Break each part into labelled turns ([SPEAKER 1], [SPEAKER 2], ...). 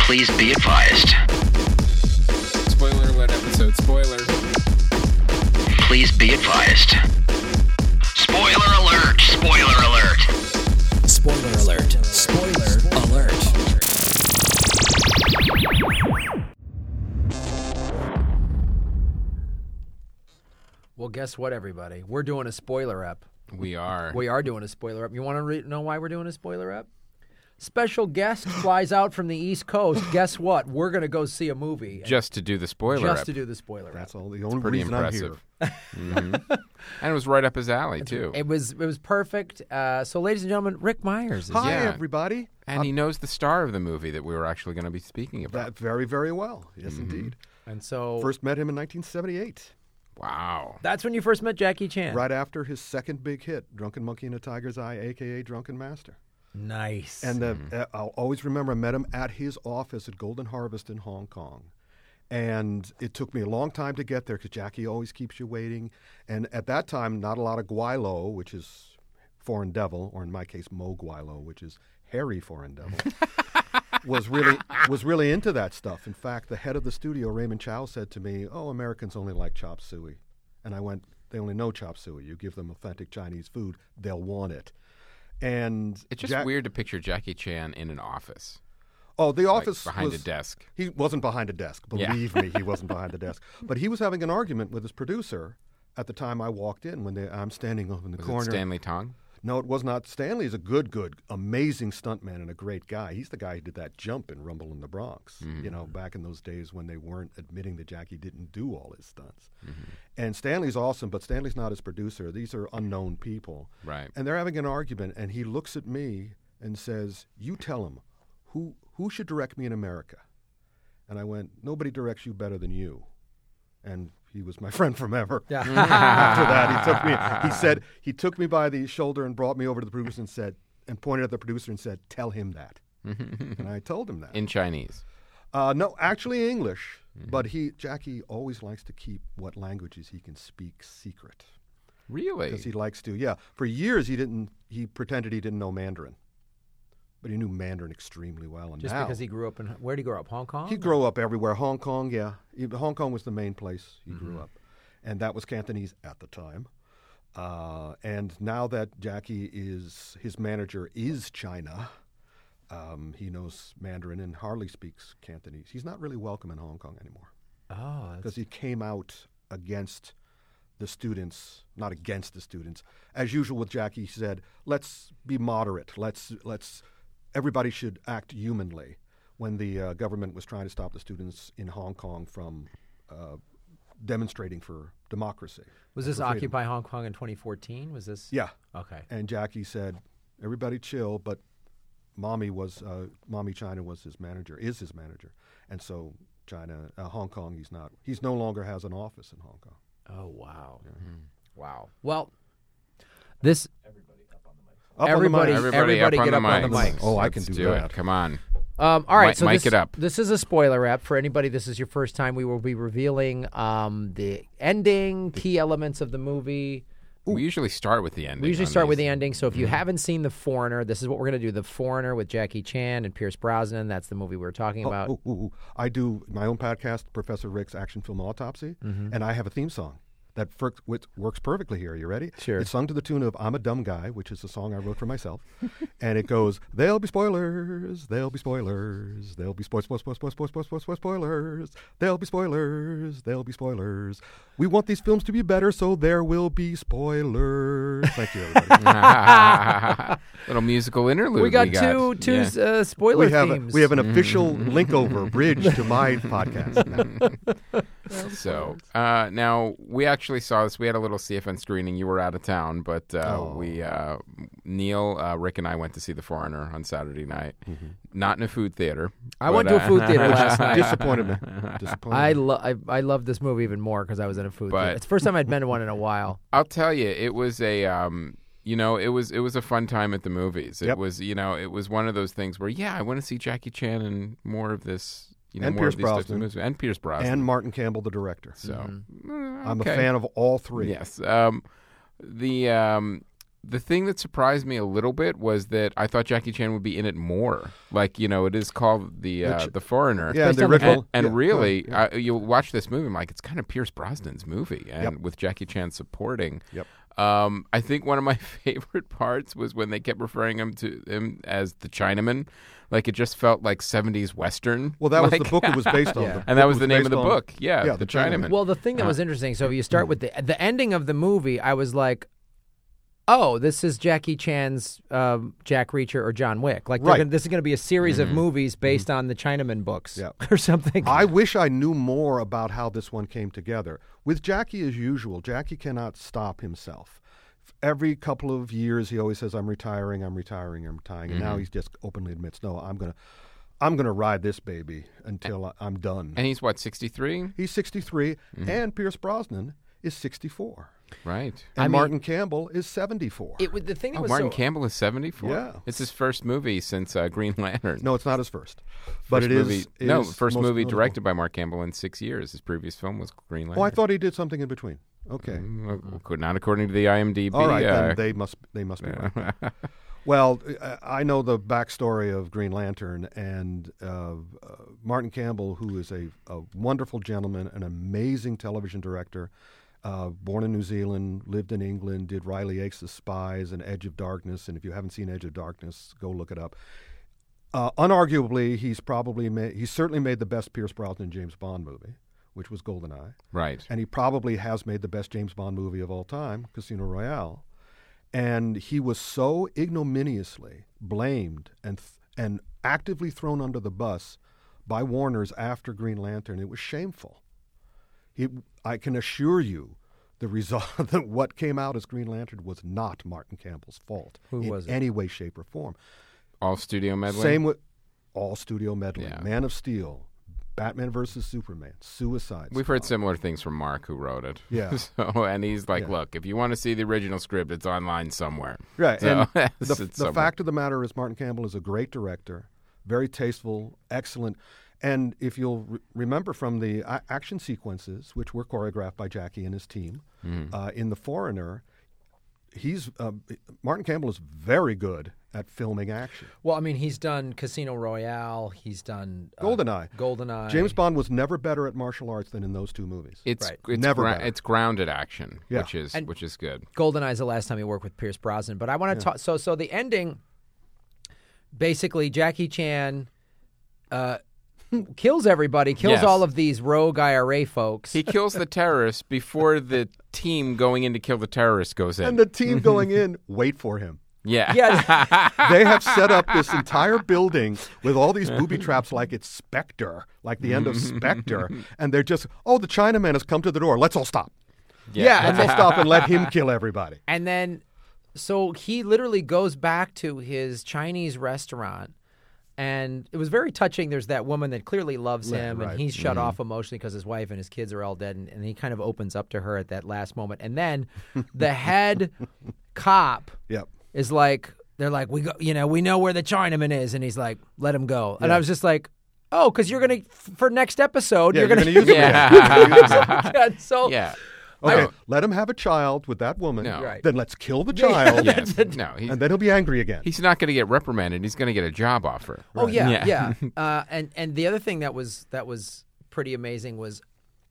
[SPEAKER 1] Please be advised.
[SPEAKER 2] Spoiler alert episode. Spoiler.
[SPEAKER 1] Please be advised. Spoiler alert! Spoiler alert!
[SPEAKER 3] Spoiler alert. Spoiler alert.
[SPEAKER 4] Well, guess what, everybody? We're doing a spoiler up.
[SPEAKER 2] We are.
[SPEAKER 4] We are doing a spoiler up. You want to re- know why we're doing a spoiler up? Special guest flies out from the East Coast. Guess what? We're going to go see a movie
[SPEAKER 2] Just to do the spoiler
[SPEAKER 4] just to
[SPEAKER 2] up.
[SPEAKER 4] do the spoiler
[SPEAKER 5] That's
[SPEAKER 4] up.
[SPEAKER 5] all the only
[SPEAKER 2] Pretty
[SPEAKER 5] reason
[SPEAKER 2] impressive. Mhm. and it was right up his alley too.
[SPEAKER 4] It was it was perfect. Uh, so, ladies and gentlemen, Rick Myers is
[SPEAKER 5] I'm here. Hi,
[SPEAKER 2] Yeah.
[SPEAKER 5] everybody.
[SPEAKER 2] And he knows the star of the movie that we were actually going to be speaking about.
[SPEAKER 5] That very, very well. Yes,
[SPEAKER 2] Mm-hmm.
[SPEAKER 5] indeed.
[SPEAKER 4] and so
[SPEAKER 5] First met him in 1978,
[SPEAKER 2] Wow.
[SPEAKER 4] that's when you first met Jackie Chan.
[SPEAKER 5] right after his second big hit, Drunken Monkey and a Tiger's Eye, a.k.a. Drunken Master.
[SPEAKER 4] Nice.
[SPEAKER 5] And the, uh, I'll always remember I met him at his office at Golden Harvest in Hong Kong. And it took me a long time to get there because Jackie always keeps you waiting. And at that time, not a lot of guilo, which is foreign devil, or in my case, mo guilo, which is hairy foreign devil. was really was really into that stuff. In fact, the head of the studio, Raymond Chow, said to me, "Oh, Americans only like chop suey," and I went, "They only know chop suey. You give them authentic Chinese food, they'll want it." And
[SPEAKER 2] It's just
[SPEAKER 5] Jack-
[SPEAKER 2] weird to picture Jackie Chan in an office,
[SPEAKER 5] Oh, the
[SPEAKER 2] like
[SPEAKER 5] office
[SPEAKER 2] behind
[SPEAKER 5] was-
[SPEAKER 2] a desk.
[SPEAKER 5] He wasn't behind a desk.
[SPEAKER 2] Yeah.
[SPEAKER 5] Believe me, he wasn't behind the desk. But he was having an argument with his producer at the time I walked in. When they, I'm standing up in the
[SPEAKER 2] Was
[SPEAKER 5] corner.
[SPEAKER 2] it Stanley Tong?
[SPEAKER 5] No, it was not. Stanley is a good, good, amazing stuntman and a great guy. He's the guy who did that jump in Rumble in the Bronx,
[SPEAKER 2] Mm-hmm.
[SPEAKER 5] you know, back in those days when they weren't admitting that Jackie didn't do all his stunts.
[SPEAKER 2] Mm-hmm.
[SPEAKER 5] And Stanley's awesome, but Stanley's not his producer. These are unknown people.
[SPEAKER 2] Right.
[SPEAKER 5] And they're having an argument, and he looks at me and says, You tell him, who, who should direct me in America? And I went, Nobody directs you better than you. And he was my friend forever. Yeah. After that, he took me. He said he took me by the shoulder and brought me over to the producer and said, and pointed at the producer and said, "Tell him that." and I told him that.
[SPEAKER 2] In Chinese.
[SPEAKER 5] Uh, no, actually English, but he Jackie always likes to keep what languages he can speak secret
[SPEAKER 2] Really?
[SPEAKER 5] because he likes to. Yeah, for years he didn't. He pretended he didn't know Mandarin, but he knew Mandarin extremely well. And
[SPEAKER 4] just
[SPEAKER 5] now,
[SPEAKER 4] because he grew up in where did he grow up? Hong Kong.
[SPEAKER 5] he grew up everywhere. Hong Kong, yeah. He- Hong Kong was the main place he
[SPEAKER 4] Mm-hmm.
[SPEAKER 5] grew up. And that was Cantonese at the time. Uh, and now that Jackie is, his manager is China, um, he knows Mandarin and hardly speaks Cantonese. He's not really welcome in Hong Kong anymore
[SPEAKER 4] Oh, that's-
[SPEAKER 5] because he came out against the students, not against the students. As usual with Jackie, he said, "Let's be moderate. Let's let's everybody should act humanly." When the uh, government was trying to stop the students in Hong Kong from uh, demonstrating for democracy,
[SPEAKER 4] was this Occupy Hong Kong in 2014? Was this?
[SPEAKER 5] yeah,
[SPEAKER 4] Okay.
[SPEAKER 5] and Jackie said, "Everybody chill," but mommy was uh, mommy China was his manager, is his manager, and so China, uh, Hong Kong, he's not, he's no longer has an office in Hong Kong.
[SPEAKER 4] Oh wow.
[SPEAKER 5] Mm-hmm.
[SPEAKER 4] Wow. Well, this
[SPEAKER 5] Up
[SPEAKER 4] Everybody-
[SPEAKER 5] on the mic.
[SPEAKER 4] Everybody
[SPEAKER 2] up
[SPEAKER 4] get
[SPEAKER 2] on
[SPEAKER 4] up on the
[SPEAKER 2] mics.
[SPEAKER 4] mics.
[SPEAKER 5] Oh, I
[SPEAKER 2] Let's
[SPEAKER 5] can do
[SPEAKER 2] it.
[SPEAKER 5] that.
[SPEAKER 2] Come on.
[SPEAKER 4] Um, all right,
[SPEAKER 2] Mi-
[SPEAKER 4] so
[SPEAKER 2] mic
[SPEAKER 4] this,
[SPEAKER 2] it up.
[SPEAKER 4] This is a spoiler app for anybody. This is your first time. We will be revealing um, the ending, key elements of the movie.
[SPEAKER 2] We usually start with the ending.
[SPEAKER 4] We usually
[SPEAKER 2] on
[SPEAKER 4] start with the
[SPEAKER 2] these.
[SPEAKER 4] ending. So if you haven't seen The Foreigner, this is what we're going to do: The Foreigner with Jackie Chan and Pierce Brosnan. That's the movie we were talking
[SPEAKER 2] Oh,
[SPEAKER 4] about.
[SPEAKER 5] Oh, Ooh, ooh, ooh. I do my own podcast, Professor Rick's Action Film Autopsy,
[SPEAKER 4] Mm-hmm.
[SPEAKER 5] and I have a theme song that fir- which works perfectly here. Are you ready?
[SPEAKER 4] Sure.
[SPEAKER 5] It's sung to the tune of "I'm a Dumb Guy," which is a song I wrote for myself, and it goes, "There'll be spoilers, there'll be spoilers, there'll be spoilers, spoilers, spoilers, spoilers, spoilers, spoilers, spoilers, spoilers, there'll be spoilers, there'll be spoilers. We want these films to be better, so there will be spoilers." Thank you. Everybody.
[SPEAKER 2] Little musical interlude.
[SPEAKER 4] We got
[SPEAKER 2] we
[SPEAKER 4] two two
[SPEAKER 2] Yeah.
[SPEAKER 4] uh, spoiler
[SPEAKER 5] we have a,
[SPEAKER 4] themes.
[SPEAKER 5] we have an official
[SPEAKER 4] Mm-hmm.
[SPEAKER 5] link over bridge to my podcast. now.
[SPEAKER 2] So uh, now we actually saw this. We had a little CFN screening. You were out of town, but uh,
[SPEAKER 4] Oh.
[SPEAKER 2] we uh, Neil, uh, Rick, and I went to see The Foreigner on Saturday night. Not in a food theater.
[SPEAKER 4] Mm-hmm.
[SPEAKER 2] uh,
[SPEAKER 4] I went to a food theater last night.
[SPEAKER 5] Disappointed me. Disappointed.
[SPEAKER 4] I,
[SPEAKER 5] me.
[SPEAKER 4] lo- I I love this movie even more because I was in a food.
[SPEAKER 2] But-
[SPEAKER 4] theater. It's the first time I'd been to one in a while.
[SPEAKER 2] I'll tell you, it was a um, you know, it was it was a fun time at the movies. It
[SPEAKER 5] Yep.
[SPEAKER 2] was you know, it was one of those things where yeah, I want to see Jackie Chan and more of this, you know,
[SPEAKER 5] And
[SPEAKER 2] more
[SPEAKER 5] Pierce
[SPEAKER 2] of these types of
[SPEAKER 5] Brosnan.
[SPEAKER 2] movies and Pierce Brosnan.
[SPEAKER 5] and Martin Campbell, the director.
[SPEAKER 2] so mm,
[SPEAKER 4] Mm-hmm.
[SPEAKER 5] I'm a
[SPEAKER 2] okay.
[SPEAKER 5] fan of all three.
[SPEAKER 2] Yes. Um, the um, The thing that surprised me a little bit was that I thought Jackie Chan would be in it more. Like you know, it is called the uh,
[SPEAKER 5] Which-
[SPEAKER 2] the Foreigner.
[SPEAKER 5] Yeah,
[SPEAKER 4] Based
[SPEAKER 5] the
[SPEAKER 4] on the
[SPEAKER 5] Rick
[SPEAKER 2] And,
[SPEAKER 5] Roll-
[SPEAKER 2] and
[SPEAKER 5] yeah,
[SPEAKER 2] really,
[SPEAKER 5] yeah.
[SPEAKER 2] I, you watch this movie, I'm like, it's kind of Pierce Brosnan's movie, and with Jackie Chan supporting.
[SPEAKER 5] Yep.
[SPEAKER 2] Um, I think one of my favorite parts was when they kept referring him to him as the Chinaman. Like it just felt like 70s Western.
[SPEAKER 5] Well, that was
[SPEAKER 2] Like-
[SPEAKER 5] the book it was based on.
[SPEAKER 4] Yeah.
[SPEAKER 5] The
[SPEAKER 2] and that
[SPEAKER 5] book
[SPEAKER 2] was the name of
[SPEAKER 5] based
[SPEAKER 2] the
[SPEAKER 5] on-
[SPEAKER 2] book. Yeah, the, Chinaman.
[SPEAKER 4] Well, the thing
[SPEAKER 5] Uh-huh.
[SPEAKER 4] that was interesting. So if you start with the the ending of the movie, I was like, "Oh, this is Jackie Chan's um, Jack Reacher or John Wick. Like, they're
[SPEAKER 5] Right. Mm-hmm.
[SPEAKER 4] gonna, this is going to be a series of movies based on the Chinaman books
[SPEAKER 5] Yeah.
[SPEAKER 4] or something."
[SPEAKER 5] I wish I knew more about how this one came together. With Jackie, as usual, Jackie cannot stop himself. Every couple of years, he always says, "I'm retiring, I'm retiring, I'm retiring," and
[SPEAKER 2] Mm-hmm.
[SPEAKER 5] now he just openly admits, "No, I'm gonna, I'm gonna ride this baby until I, I'm done."
[SPEAKER 2] and Mm-hmm. he's what 63,
[SPEAKER 5] He's 63, and Pierce Brosnan is 64,
[SPEAKER 2] right?
[SPEAKER 5] and Martin Campbell is 74.
[SPEAKER 4] it was the thing that
[SPEAKER 2] Oh,
[SPEAKER 4] was
[SPEAKER 2] Martin
[SPEAKER 4] so,
[SPEAKER 2] Campbell is 74.
[SPEAKER 5] Yeah.
[SPEAKER 2] It's his first movie since uh, Green Lantern.
[SPEAKER 5] no, it's not his first, but
[SPEAKER 2] First
[SPEAKER 5] it is.
[SPEAKER 2] movie-
[SPEAKER 5] it
[SPEAKER 2] no,
[SPEAKER 5] is
[SPEAKER 2] first
[SPEAKER 5] most
[SPEAKER 2] movie
[SPEAKER 5] notable.
[SPEAKER 2] directed by Mark Campbell in six years. His previous film was Green Lantern.
[SPEAKER 5] Oh, I thought he did something in between. Okay.
[SPEAKER 2] Mm-hmm. Well, could- Not according to the IMDb.
[SPEAKER 5] All right,
[SPEAKER 2] uh,
[SPEAKER 5] then they must they must be right. well, uh, I know the backstory of Green Lantern and uh, uh, Martin Campbell, who is a, a wonderful gentleman, an amazing television director. Uh, born in New Zealand, lived in England, did Riley Aikes' The Spies and Edge of Darkness. And if you haven't seen Edge of Darkness, go look it up. Uh, unarguably, he's probably made, he's certainly made the best Pierce Brosnan James Bond movie, which was GoldenEye
[SPEAKER 2] right.
[SPEAKER 5] and he probably has made the best James Bond movie of all time, Casino Royale. And he was so ignominiously blamed and th- and actively thrown under the bus by Warner's after Green Lantern. It was shameful. He, I can assure you, the result that what came out as Green Lantern was not Martin Campbell's fault
[SPEAKER 4] Who
[SPEAKER 5] in
[SPEAKER 4] was it?
[SPEAKER 5] any way, shape, or form.
[SPEAKER 2] All studio meddling.
[SPEAKER 5] Same with all studio meddling,
[SPEAKER 2] Yeah.
[SPEAKER 5] Man of Steel, Batman versus Superman, Suicide.
[SPEAKER 2] We've heard similar things from Mark, who wrote it.
[SPEAKER 5] Yeah.
[SPEAKER 2] so, and he's like, "Look, if you want to see the original script, it's online somewhere."
[SPEAKER 5] Right.
[SPEAKER 2] So,
[SPEAKER 5] and the,
[SPEAKER 2] it's
[SPEAKER 5] the
[SPEAKER 2] somewhere.
[SPEAKER 5] fact of the matter is, Martin Campbell is a great director, very tasteful, excellent. And if you'll re- remember from the a- action sequences, which were choreographed by Jackie and his team
[SPEAKER 2] Mm-hmm.
[SPEAKER 5] uh, in The Foreigner, he's uh, Martin Campbell is very good at filming action.
[SPEAKER 4] well, I mean, he's done Casino Royale. He's done uh,
[SPEAKER 5] Goldeneye.
[SPEAKER 4] Goldeneye.
[SPEAKER 5] James Bond was never better at martial arts than in those two movies.
[SPEAKER 2] It's
[SPEAKER 4] Right.
[SPEAKER 2] it's,
[SPEAKER 5] Never
[SPEAKER 2] grou-
[SPEAKER 5] better.
[SPEAKER 2] it's grounded action,
[SPEAKER 5] Yeah.
[SPEAKER 2] which is
[SPEAKER 4] And-
[SPEAKER 2] which is good.
[SPEAKER 4] Goldeneye's the last time he worked with Pierce Brosnan. But I want to talk. So, so the ending, basically, Jackie Chan uh, kills everybody, kills
[SPEAKER 2] Yes.
[SPEAKER 4] all of these rogue IRA folks.
[SPEAKER 2] He kills the terrorists before the team going in to kill the terrorists goes in.
[SPEAKER 5] and the team going in, wait for him.
[SPEAKER 2] yeah.
[SPEAKER 4] yeah,
[SPEAKER 5] they have set up this entire building with all these booby traps like it's Spectre, like the end of Spectre. And they're just, oh, the Chinaman has come to the door. Let's all stop.
[SPEAKER 4] yeah.
[SPEAKER 5] Let's
[SPEAKER 4] And,
[SPEAKER 5] all
[SPEAKER 4] then,
[SPEAKER 5] stop and let him kill everybody.
[SPEAKER 4] and then, so he literally goes back to his Chinese restaurant. And it was very touching. There's that woman that clearly loves him,
[SPEAKER 5] right.
[SPEAKER 4] and he's shut
[SPEAKER 2] Mm-hmm.
[SPEAKER 4] off emotionally because his wife and his kids are all dead. And, and he kind of opens up to her at that last moment. And then the head cop
[SPEAKER 5] Yep.
[SPEAKER 4] is like they're like we go you know we know where the Chinaman is and he's like let him go and I was just like oh because you're gonna for next episode
[SPEAKER 5] Yeah,
[SPEAKER 4] you're
[SPEAKER 5] you're
[SPEAKER 4] gonna,
[SPEAKER 5] gonna use him
[SPEAKER 2] Yeah.
[SPEAKER 4] again. so
[SPEAKER 2] yeah.
[SPEAKER 5] Okay,
[SPEAKER 2] Oh.
[SPEAKER 5] let him have a child with that woman.
[SPEAKER 2] No. Right.
[SPEAKER 5] Then let's kill the child.
[SPEAKER 2] Yeah. No, he's,
[SPEAKER 5] And then he'll be angry again.
[SPEAKER 2] he's not going to get reprimanded. He's going to get a job offer.
[SPEAKER 4] oh yeah
[SPEAKER 2] Yeah.
[SPEAKER 4] yeah, Uh, and and the other thing that was that was pretty amazing was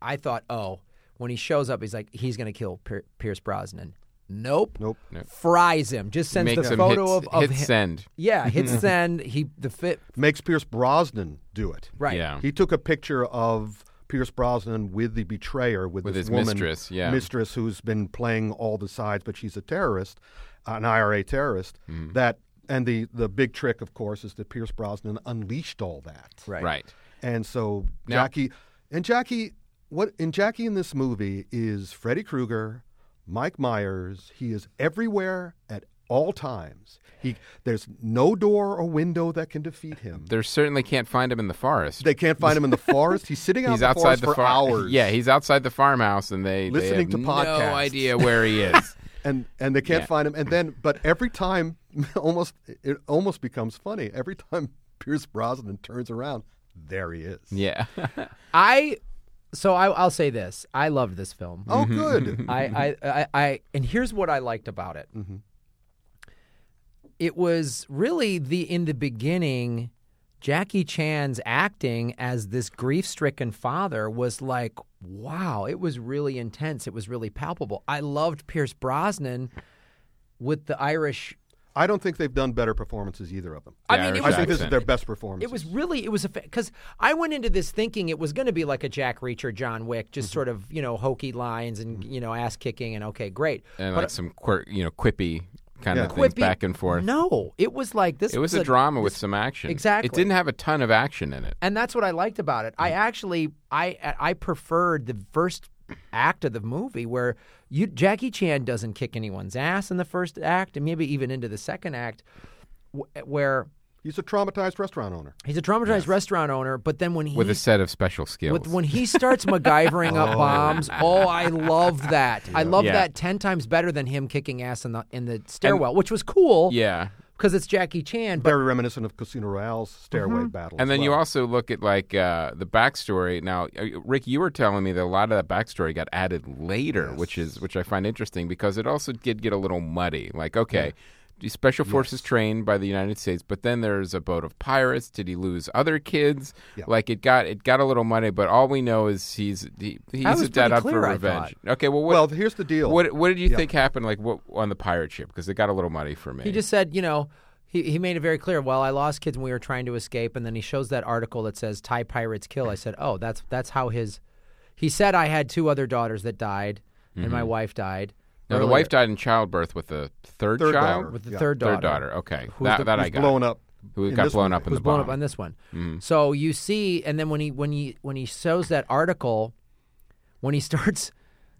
[SPEAKER 4] I thought oh when he shows up he's like he's gonna kill Pier- Pierce Brosnan nope
[SPEAKER 5] Nope.
[SPEAKER 4] fries him just sends
[SPEAKER 2] Makes
[SPEAKER 4] the
[SPEAKER 2] him
[SPEAKER 4] photo
[SPEAKER 2] hit,
[SPEAKER 4] of, of
[SPEAKER 2] hit
[SPEAKER 4] him
[SPEAKER 2] send.
[SPEAKER 4] yeah hit send he the fit
[SPEAKER 5] Makes Pierce Brosnan do it.
[SPEAKER 4] right
[SPEAKER 2] Yeah.
[SPEAKER 5] He took a picture of Pierce Brosnan with the betrayer, with,
[SPEAKER 2] With
[SPEAKER 5] this
[SPEAKER 2] his
[SPEAKER 5] woman,
[SPEAKER 2] mistress, yeah.
[SPEAKER 5] mistress who's been playing all the sides, but she's a terrorist, uh, an IRA terrorist.
[SPEAKER 2] Mm-hmm.
[SPEAKER 5] That and the the big trick, of course, is that Pierce Brosnan unleashed all that,
[SPEAKER 4] right
[SPEAKER 2] Right.
[SPEAKER 5] and so
[SPEAKER 2] Now-
[SPEAKER 5] Jackie and Jackie, what in Jackie in this movie is Freddy Krueger, Mike Myers. He is everywhere at all times. He there's no door or window that can defeat him.
[SPEAKER 2] They certainly can't find him in the forest.
[SPEAKER 5] They can't find him in the forest. He's sitting out
[SPEAKER 2] he's
[SPEAKER 5] in the
[SPEAKER 2] outside
[SPEAKER 5] forest
[SPEAKER 2] the
[SPEAKER 5] for
[SPEAKER 2] far-
[SPEAKER 5] hours.
[SPEAKER 2] Yeah, he's outside the farmhouse, and they they
[SPEAKER 5] Listening
[SPEAKER 2] have
[SPEAKER 5] to podcasts.
[SPEAKER 2] No idea where he is.
[SPEAKER 5] and and they can't
[SPEAKER 2] Yeah.
[SPEAKER 5] find him. And then, but every time, almost it almost becomes funny. Every time Pierce Brosnan turns around, there he is.
[SPEAKER 2] yeah.
[SPEAKER 4] I so I, I'll say this
[SPEAKER 2] Mm-hmm.
[SPEAKER 4] I loved this film
[SPEAKER 5] Oh, good.
[SPEAKER 4] I, I, I, I, and here's what I liked about it. it was really the in the beginning, Jackie Chan's acting as this grief-stricken father was like, wow, it was really intense. It was really palpable. I loved Pierce Brosnan with the Irish
[SPEAKER 5] I don't think they've done better performances either of them.
[SPEAKER 4] I
[SPEAKER 2] The
[SPEAKER 4] mean,
[SPEAKER 2] Irish
[SPEAKER 4] it
[SPEAKER 5] I
[SPEAKER 4] was-
[SPEAKER 5] think this is
[SPEAKER 2] accent.
[SPEAKER 5] their best performance.
[SPEAKER 4] It was really it was a because I went into this thinking it was going to be like a Jack Reacher, John Wick, just sort of you know hokey lines and you know ass kicking and okay, great.
[SPEAKER 2] and like some quir- you know quippy kind
[SPEAKER 5] Yeah.
[SPEAKER 2] of things
[SPEAKER 4] Quippy-
[SPEAKER 2] back and forth.
[SPEAKER 4] No, it was like this.
[SPEAKER 2] It was a drama with some action.
[SPEAKER 4] exactly.
[SPEAKER 2] It didn't have a ton of action in it.
[SPEAKER 4] and that's what I liked about it. I
[SPEAKER 2] Mm.
[SPEAKER 4] actually I I preferred the first act of the movie where you Jackie Chan doesn't kick anyone's ass in the first act and maybe even into the second act, wh- where
[SPEAKER 5] He's a traumatized restaurant owner.
[SPEAKER 4] he's a traumatized restaurant owner, but then when he
[SPEAKER 2] With a set of special skills.
[SPEAKER 4] With, when he starts MacGyvering up bombs, oh, I love that. I love
[SPEAKER 2] Yeah.
[SPEAKER 4] that ten times better than him kicking ass in the in the stairwell, which was cool.
[SPEAKER 2] yeah.
[SPEAKER 4] because it's Jackie Chan. But
[SPEAKER 5] Very reminiscent of Casino Royale's stairway battle.
[SPEAKER 2] Mm-hmm. And
[SPEAKER 5] as
[SPEAKER 2] then you
[SPEAKER 5] well.
[SPEAKER 2] also look at like uh, the backstory. Now, uh, Rick, you were telling me that a lot of that backstory got added later, which is which I find interesting because it also did get a little muddy. Like, okay, these special forces trained by the United States, but then there's a boat of pirates. Did he lose other kids? Like, it got it got a little muddy. But all we know is he's he, he's
[SPEAKER 4] was
[SPEAKER 2] a dead
[SPEAKER 4] pretty
[SPEAKER 2] up for
[SPEAKER 4] clear, I
[SPEAKER 2] revenge. Okay, well, what,
[SPEAKER 5] Well, here's the deal.
[SPEAKER 2] what oh what did you think happened? Like, what on the pirate ship? Because it got a little muddy for me.
[SPEAKER 4] he just said, you know, he, he made it very clear. Well, I lost kids when we were trying to escape, and then he shows that article that says Thai pirates kill. I said, oh, that's that's how his. He said I had two other daughters that died, and
[SPEAKER 2] Mm-hmm.
[SPEAKER 4] my wife died.
[SPEAKER 2] now, the
[SPEAKER 4] earlier
[SPEAKER 2] wife died in childbirth with the third,
[SPEAKER 5] Third
[SPEAKER 2] child.
[SPEAKER 5] daughter.
[SPEAKER 4] with the
[SPEAKER 5] Yeah.
[SPEAKER 4] third daughter.
[SPEAKER 2] Third daughter. Okay,
[SPEAKER 4] Who's
[SPEAKER 2] that,
[SPEAKER 4] the-
[SPEAKER 2] that I
[SPEAKER 5] He's
[SPEAKER 2] got.
[SPEAKER 5] blown up.
[SPEAKER 2] Who
[SPEAKER 5] in
[SPEAKER 2] got
[SPEAKER 5] this
[SPEAKER 2] blown
[SPEAKER 5] movie.
[SPEAKER 2] up in
[SPEAKER 4] was
[SPEAKER 2] the Mm.
[SPEAKER 4] blown
[SPEAKER 2] bomb?
[SPEAKER 4] up on this one. So you see, and then when he when he when he shows that article, when he starts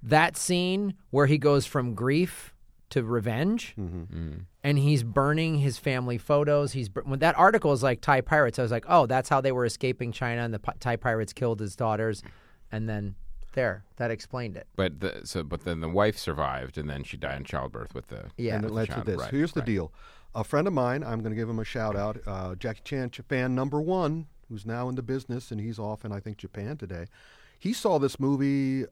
[SPEAKER 4] that scene where he goes from grief to revenge,
[SPEAKER 2] Mm.
[SPEAKER 4] and he's burning his family photos. He's bur- when that article is like Thai pirates. I was like, oh, that's how they were escaping China, and the pi- Thai pirates killed his daughters, and then there, that explained it.
[SPEAKER 2] But the, so, but then the wife survived, and then she died in childbirth with the.
[SPEAKER 4] Yeah.
[SPEAKER 5] and
[SPEAKER 2] with
[SPEAKER 5] it
[SPEAKER 2] the
[SPEAKER 5] led to
[SPEAKER 2] child.
[SPEAKER 5] this.
[SPEAKER 2] Right,
[SPEAKER 5] Here's the
[SPEAKER 2] right.
[SPEAKER 5] deal. A friend of mine, I'm going to give him a shout out, uh, Jackie Chan ch- fan number one, who's now in the business and he's off in, I think, Japan today. He saw this movie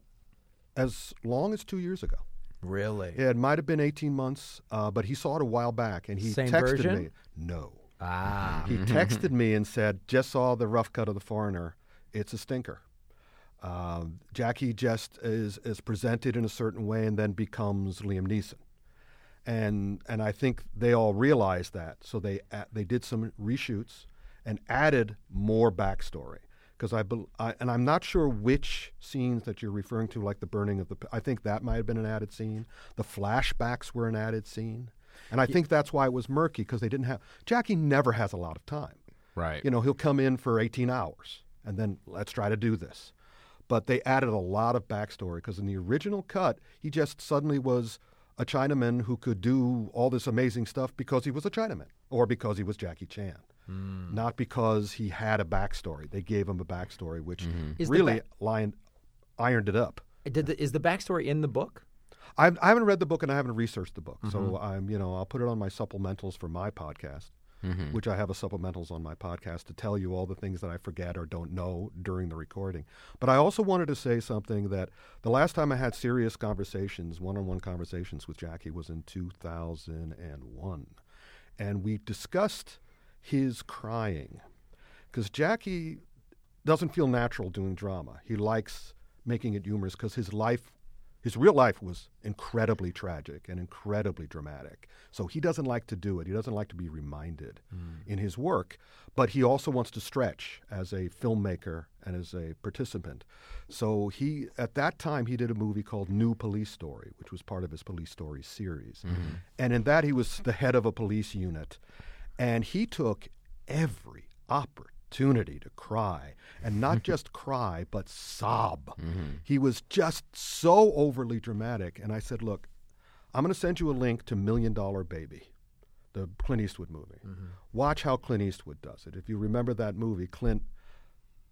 [SPEAKER 5] as long as two years ago.
[SPEAKER 4] Really?
[SPEAKER 5] It might have been 18 months, uh, but he saw it a while back and he
[SPEAKER 4] Same
[SPEAKER 5] texted
[SPEAKER 4] version?
[SPEAKER 5] me. No.
[SPEAKER 4] Ah.
[SPEAKER 5] He texted me and said, just saw the rough cut of The Foreigner. It's a stinker. Um, Jackie just is, is presented in a certain way and then becomes Liam Neeson. And, and I think they all realized that. So they, a they did some reshoots and added more backstory. Because I, bel I, and I'm not sure which scenes that you're referring to, like the burning of the. p- I think that might have been an added scene. The flashbacks were an added scene, and I think that's why it was murky because they didn't have. Jackie never has a lot of time.
[SPEAKER 2] Right.
[SPEAKER 5] You know, he'll come in for 18 hours and then let's try to do this. But they added a lot of backstory because in the original cut, he just suddenly was a Chinaman who could do all this amazing stuff because he was a Chinaman or because he was Jackie Chan. Not because he had a backstory. They gave him a backstory, which
[SPEAKER 4] Is the
[SPEAKER 5] really lined, ironed it up.
[SPEAKER 4] Did the, is the backstory in the book?
[SPEAKER 5] I've, I haven't read the book and I haven't researched the book, so I'm you know I'll put it on my supplementals for my podcast, which I have a supplementals on my podcast to tell you all the things that I forget or don't know during the recording. But I also wanted to say something that the last time I had serious conversations, one-on-one conversations with Jackie was in 2001, and we discussed his crying because Jackie doesn't feel natural doing drama. He likes making it humorous because his life, his real life was incredibly tragic and incredibly dramatic. So he doesn't like to do it. He doesn't like to be reminded in his work, but he also wants to stretch as a filmmaker and as a participant. So he, at that time, he did a movie called New Police Story, which was part of his Police Story series. And in that, he was the head of a police unit. And he took every opportunity to cry and not just cry but sob he was just so overly dramatic and i said look i'm going to send you a link to million dollar baby the clint eastwood movie watch how clint eastwood does it if you remember that movie clint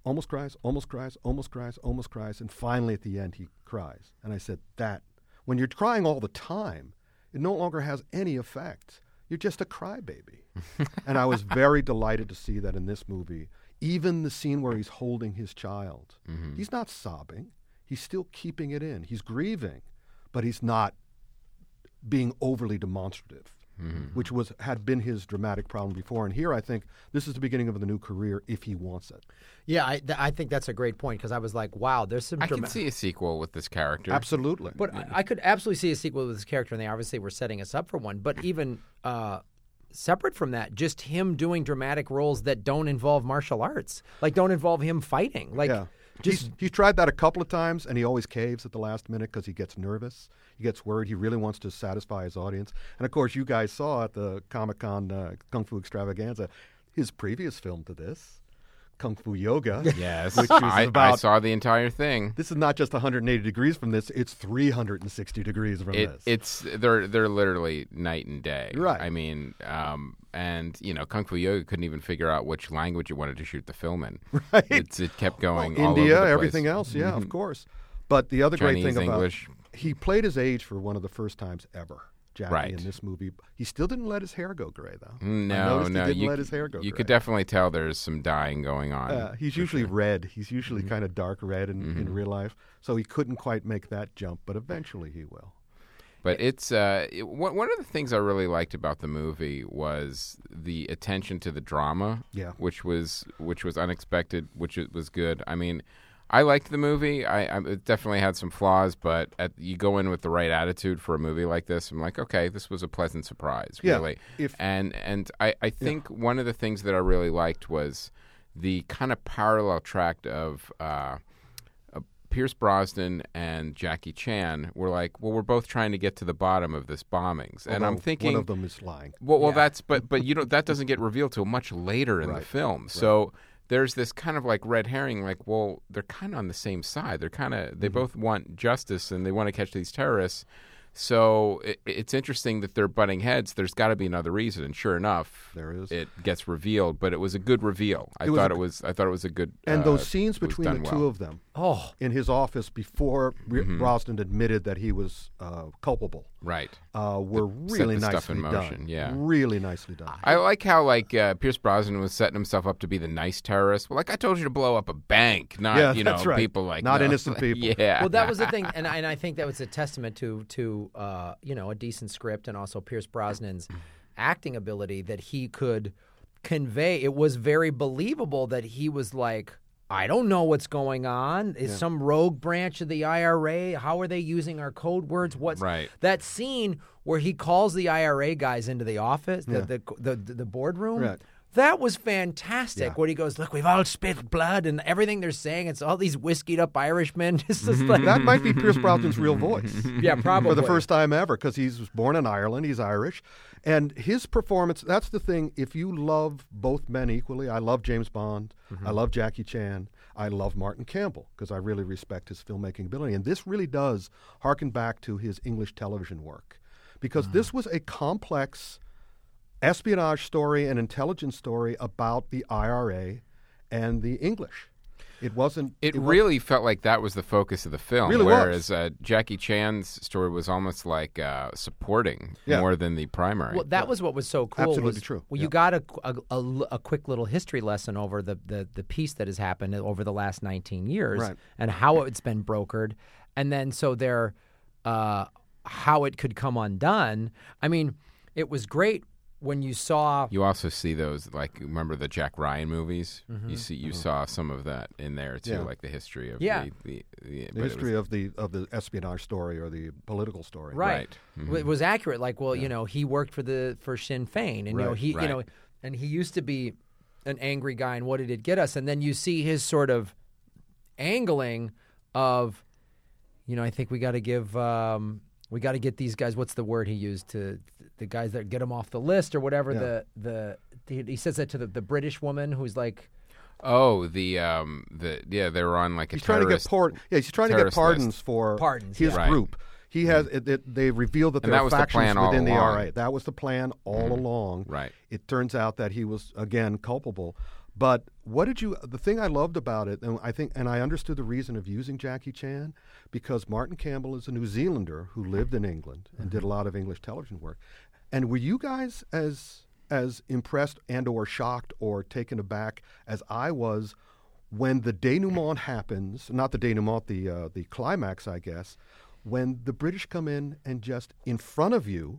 [SPEAKER 5] almost cries almost cries almost cries almost cries and finally at the end he cries and i said that when you're crying all the time it no longer has any effect you're just a crybaby and I was very delighted to see that in this movie. Even the scene where he's holding his child, he's not sobbing. He's still keeping it in. He's grieving, but he's not being overly demonstrative. which was had been his dramatic problem before. And here, I think this is the beginning of the new career if he wants it.
[SPEAKER 4] Yeah, I, th- I think that's a great point because I was like, wow, there's some.
[SPEAKER 2] I
[SPEAKER 4] drama-
[SPEAKER 2] can see a sequel with this character.
[SPEAKER 5] Absolutely.
[SPEAKER 4] But I, I could absolutely see a sequel with this character, and they obviously were setting us up for one. But even uh, separate from that, just him doing dramatic roles that don't involve martial arts, like don't involve him fighting, like
[SPEAKER 5] yeah.
[SPEAKER 4] just
[SPEAKER 5] He's, he tried that a couple of times, and he always caves at the last minute because he gets nervous. He gets worried. He really wants to satisfy his audience. And of course, you guys saw at the Comic Con uh, Kung Fu Extravaganza his previous film to this, Kung Fu Yoga.
[SPEAKER 2] Yes,
[SPEAKER 5] which is
[SPEAKER 2] I, I
[SPEAKER 5] about-
[SPEAKER 2] saw the entire thing.
[SPEAKER 5] This is not just 180 degrees from this; it's 360 degrees from
[SPEAKER 2] It,
[SPEAKER 5] this.
[SPEAKER 2] it's they're they're literally night and day.
[SPEAKER 5] Right.
[SPEAKER 2] I mean, um, and you know, Kung Fu Yoga couldn't even figure out which language it wanted to shoot the film in. Right. It's, it kept going. all over
[SPEAKER 5] India,
[SPEAKER 2] the place. Mm-hmm.
[SPEAKER 5] everything else. Yeah, of course. But the other
[SPEAKER 2] Chinese,
[SPEAKER 5] great thing about
[SPEAKER 2] English.
[SPEAKER 5] he played his age for one of the first times ever. Jackie
[SPEAKER 2] Right. Mm,
[SPEAKER 5] in this movie, he still didn't let his hair go gray though. I
[SPEAKER 2] No,
[SPEAKER 5] noticed
[SPEAKER 2] no,
[SPEAKER 5] he didn't
[SPEAKER 2] you,
[SPEAKER 5] let his hair go.
[SPEAKER 2] You
[SPEAKER 5] gray.
[SPEAKER 2] could definitely tell there's some dyeing going on.
[SPEAKER 5] Uh, he's usually red. He's usually
[SPEAKER 2] Mm-hmm.
[SPEAKER 5] kind of dark red in, in real life, so he couldn't quite make that jump, but eventually he will.
[SPEAKER 2] But it's uh, it, one one of the things I really liked about the movie was the attention to the drama,
[SPEAKER 5] Yeah.
[SPEAKER 2] which was which was unexpected, which it was good. I mean, I liked the movie. I, I it definitely had some flaws, but at, you go in with the right attitude for a movie like this. I'm like, okay, this was a pleasant surprise,
[SPEAKER 5] Yeah,
[SPEAKER 2] really.
[SPEAKER 5] if-
[SPEAKER 2] and and I I think one of the things that I really liked was the kind of parallel tract of. Uh, Pierce Brosnan and Jackie Chan were like, well, we're both trying to get to the bottom of this bombings, and I'm
[SPEAKER 5] Although
[SPEAKER 2] thinking, uh,
[SPEAKER 5] one of them is lying.
[SPEAKER 2] well, well, that's but but you know that doesn't get revealed till much later in the film, so. There's this kind of like red herring, like, well, they're kind of on the same side. They're kind of,
[SPEAKER 5] Mm-hmm.
[SPEAKER 2] they both want justice and they want to catch these terrorists. So it, it's interesting that they're butting heads. There's got to be another reason. And sure enough,
[SPEAKER 5] There is.
[SPEAKER 2] It gets revealed, but it was a good reveal. I
[SPEAKER 5] was
[SPEAKER 2] thought
[SPEAKER 5] a-
[SPEAKER 2] it was, I thought it was a good.
[SPEAKER 5] And
[SPEAKER 2] uh,
[SPEAKER 5] those scenes
[SPEAKER 2] it was
[SPEAKER 5] between the
[SPEAKER 2] done
[SPEAKER 5] two
[SPEAKER 2] well. Mm-hmm.
[SPEAKER 5] of them
[SPEAKER 4] oh,
[SPEAKER 5] in his office before Re- Brosnan admitted that he was uh, culpable
[SPEAKER 2] Right.
[SPEAKER 5] uh, were really
[SPEAKER 2] the
[SPEAKER 5] nicely
[SPEAKER 2] stuff in motion,
[SPEAKER 5] done.
[SPEAKER 2] yeah.
[SPEAKER 5] really nicely done.
[SPEAKER 2] I like how like uh, Pierce Brosnan was setting himself up to be the nice terrorist. Well, like I told you to blow up a bank, not
[SPEAKER 5] Yeah,
[SPEAKER 2] you know
[SPEAKER 5] that's right.
[SPEAKER 2] people like
[SPEAKER 5] Not
[SPEAKER 2] no.
[SPEAKER 5] innocent people.
[SPEAKER 2] yeah.
[SPEAKER 4] well, that was the thing, and I, and I think that was a testament to to uh, you know a decent script and also Pierce Brosnan's acting ability that he could convey. It was very believable that he was like. I don't know what's going on. Is some rogue branch of the IRA? How are they using our code words? What's
[SPEAKER 2] Right.
[SPEAKER 4] that scene where he calls the IRA guys into the office, the the, the, the, boardroom?
[SPEAKER 5] Right.
[SPEAKER 4] That was fantastic. Where he goes, look, we've all spit blood, and everything they're saying, it's all these whiskeyed up Irishmen. Just, just like,
[SPEAKER 5] that might be Pierce Brosnan's real voice.
[SPEAKER 4] yeah, probably
[SPEAKER 5] for the first time ever because he was born in Ireland. He's Irish. And his performance that's the thing. If you love both men equally, I love James Bond,
[SPEAKER 4] Mm-hmm.
[SPEAKER 5] I love Jackie Chan, I love Martin Campbell because I really respect his filmmaking ability. And this really does harken back to his English television work because
[SPEAKER 4] Ah.
[SPEAKER 5] this was a complex espionage story and intelligence story about the IRA and the English. It wasn't.
[SPEAKER 2] it
[SPEAKER 5] wa-
[SPEAKER 2] really felt like that was the focus of the film.
[SPEAKER 5] Really was.
[SPEAKER 2] whereas uh, Jackie Chan's story was almost like uh, supporting
[SPEAKER 5] Yeah.
[SPEAKER 2] more than the primary.
[SPEAKER 4] Well, that was what was so cool.
[SPEAKER 5] Absolutely
[SPEAKER 4] was-
[SPEAKER 5] true.
[SPEAKER 4] Well, you got a, a, a l- a quick little history lesson over the, the, the piece that has happened over the last 19 years
[SPEAKER 5] Right.
[SPEAKER 4] and how it's been brokered. And then so there, uh, how it could come undone. I mean, it was great when you saw.
[SPEAKER 2] you also see those like remember the Jack Ryan movies?
[SPEAKER 4] Mm-hmm.
[SPEAKER 2] You see you saw some of that in there too,
[SPEAKER 5] Mm-hmm. Yeah.
[SPEAKER 2] like the history of
[SPEAKER 4] Yeah.
[SPEAKER 2] the, the, the, but
[SPEAKER 5] The
[SPEAKER 2] it was-
[SPEAKER 5] history of the of the espionage story or the political story.
[SPEAKER 4] right, it was accurate like well you know he worked for the for sinn féin and you know
[SPEAKER 5] Right.
[SPEAKER 4] he you
[SPEAKER 2] Right.
[SPEAKER 4] know and he used to be an angry guy and what did it get us and then you see his sort of angling of you know i think we got to give um we got to get these guys what's the word he used to the guys that get them off the list or whatever the the he- he says that to the, the british woman who's like
[SPEAKER 2] oh the um the yeah they were on like a
[SPEAKER 5] He's trying to get
[SPEAKER 2] terrorist-
[SPEAKER 5] pardon. Yeah, he's trying to get
[SPEAKER 2] terrorist
[SPEAKER 5] pardons
[SPEAKER 2] list.
[SPEAKER 5] for
[SPEAKER 4] Pardons,
[SPEAKER 5] his
[SPEAKER 4] yeah.
[SPEAKER 2] Right. Mm.
[SPEAKER 5] group. He has. It, it, they revealed that
[SPEAKER 2] And
[SPEAKER 5] there
[SPEAKER 2] that
[SPEAKER 5] were
[SPEAKER 2] was the
[SPEAKER 5] factions
[SPEAKER 2] plan all
[SPEAKER 5] within the
[SPEAKER 2] along.
[SPEAKER 5] RA. That was the plan all along.
[SPEAKER 2] Right.
[SPEAKER 5] It turns out that he was again culpable. But what did you? The thing I loved about it, and I think, and I understood the reason of using Jackie Chan, because Martin Campbell is a New Zealander who lived in England and did a lot of English television work. And were you guys as as impressed and or shocked or taken aback as I was when the denouement happens, not the denouement, the uh, the climax, I guess, when the British come in and just in front of you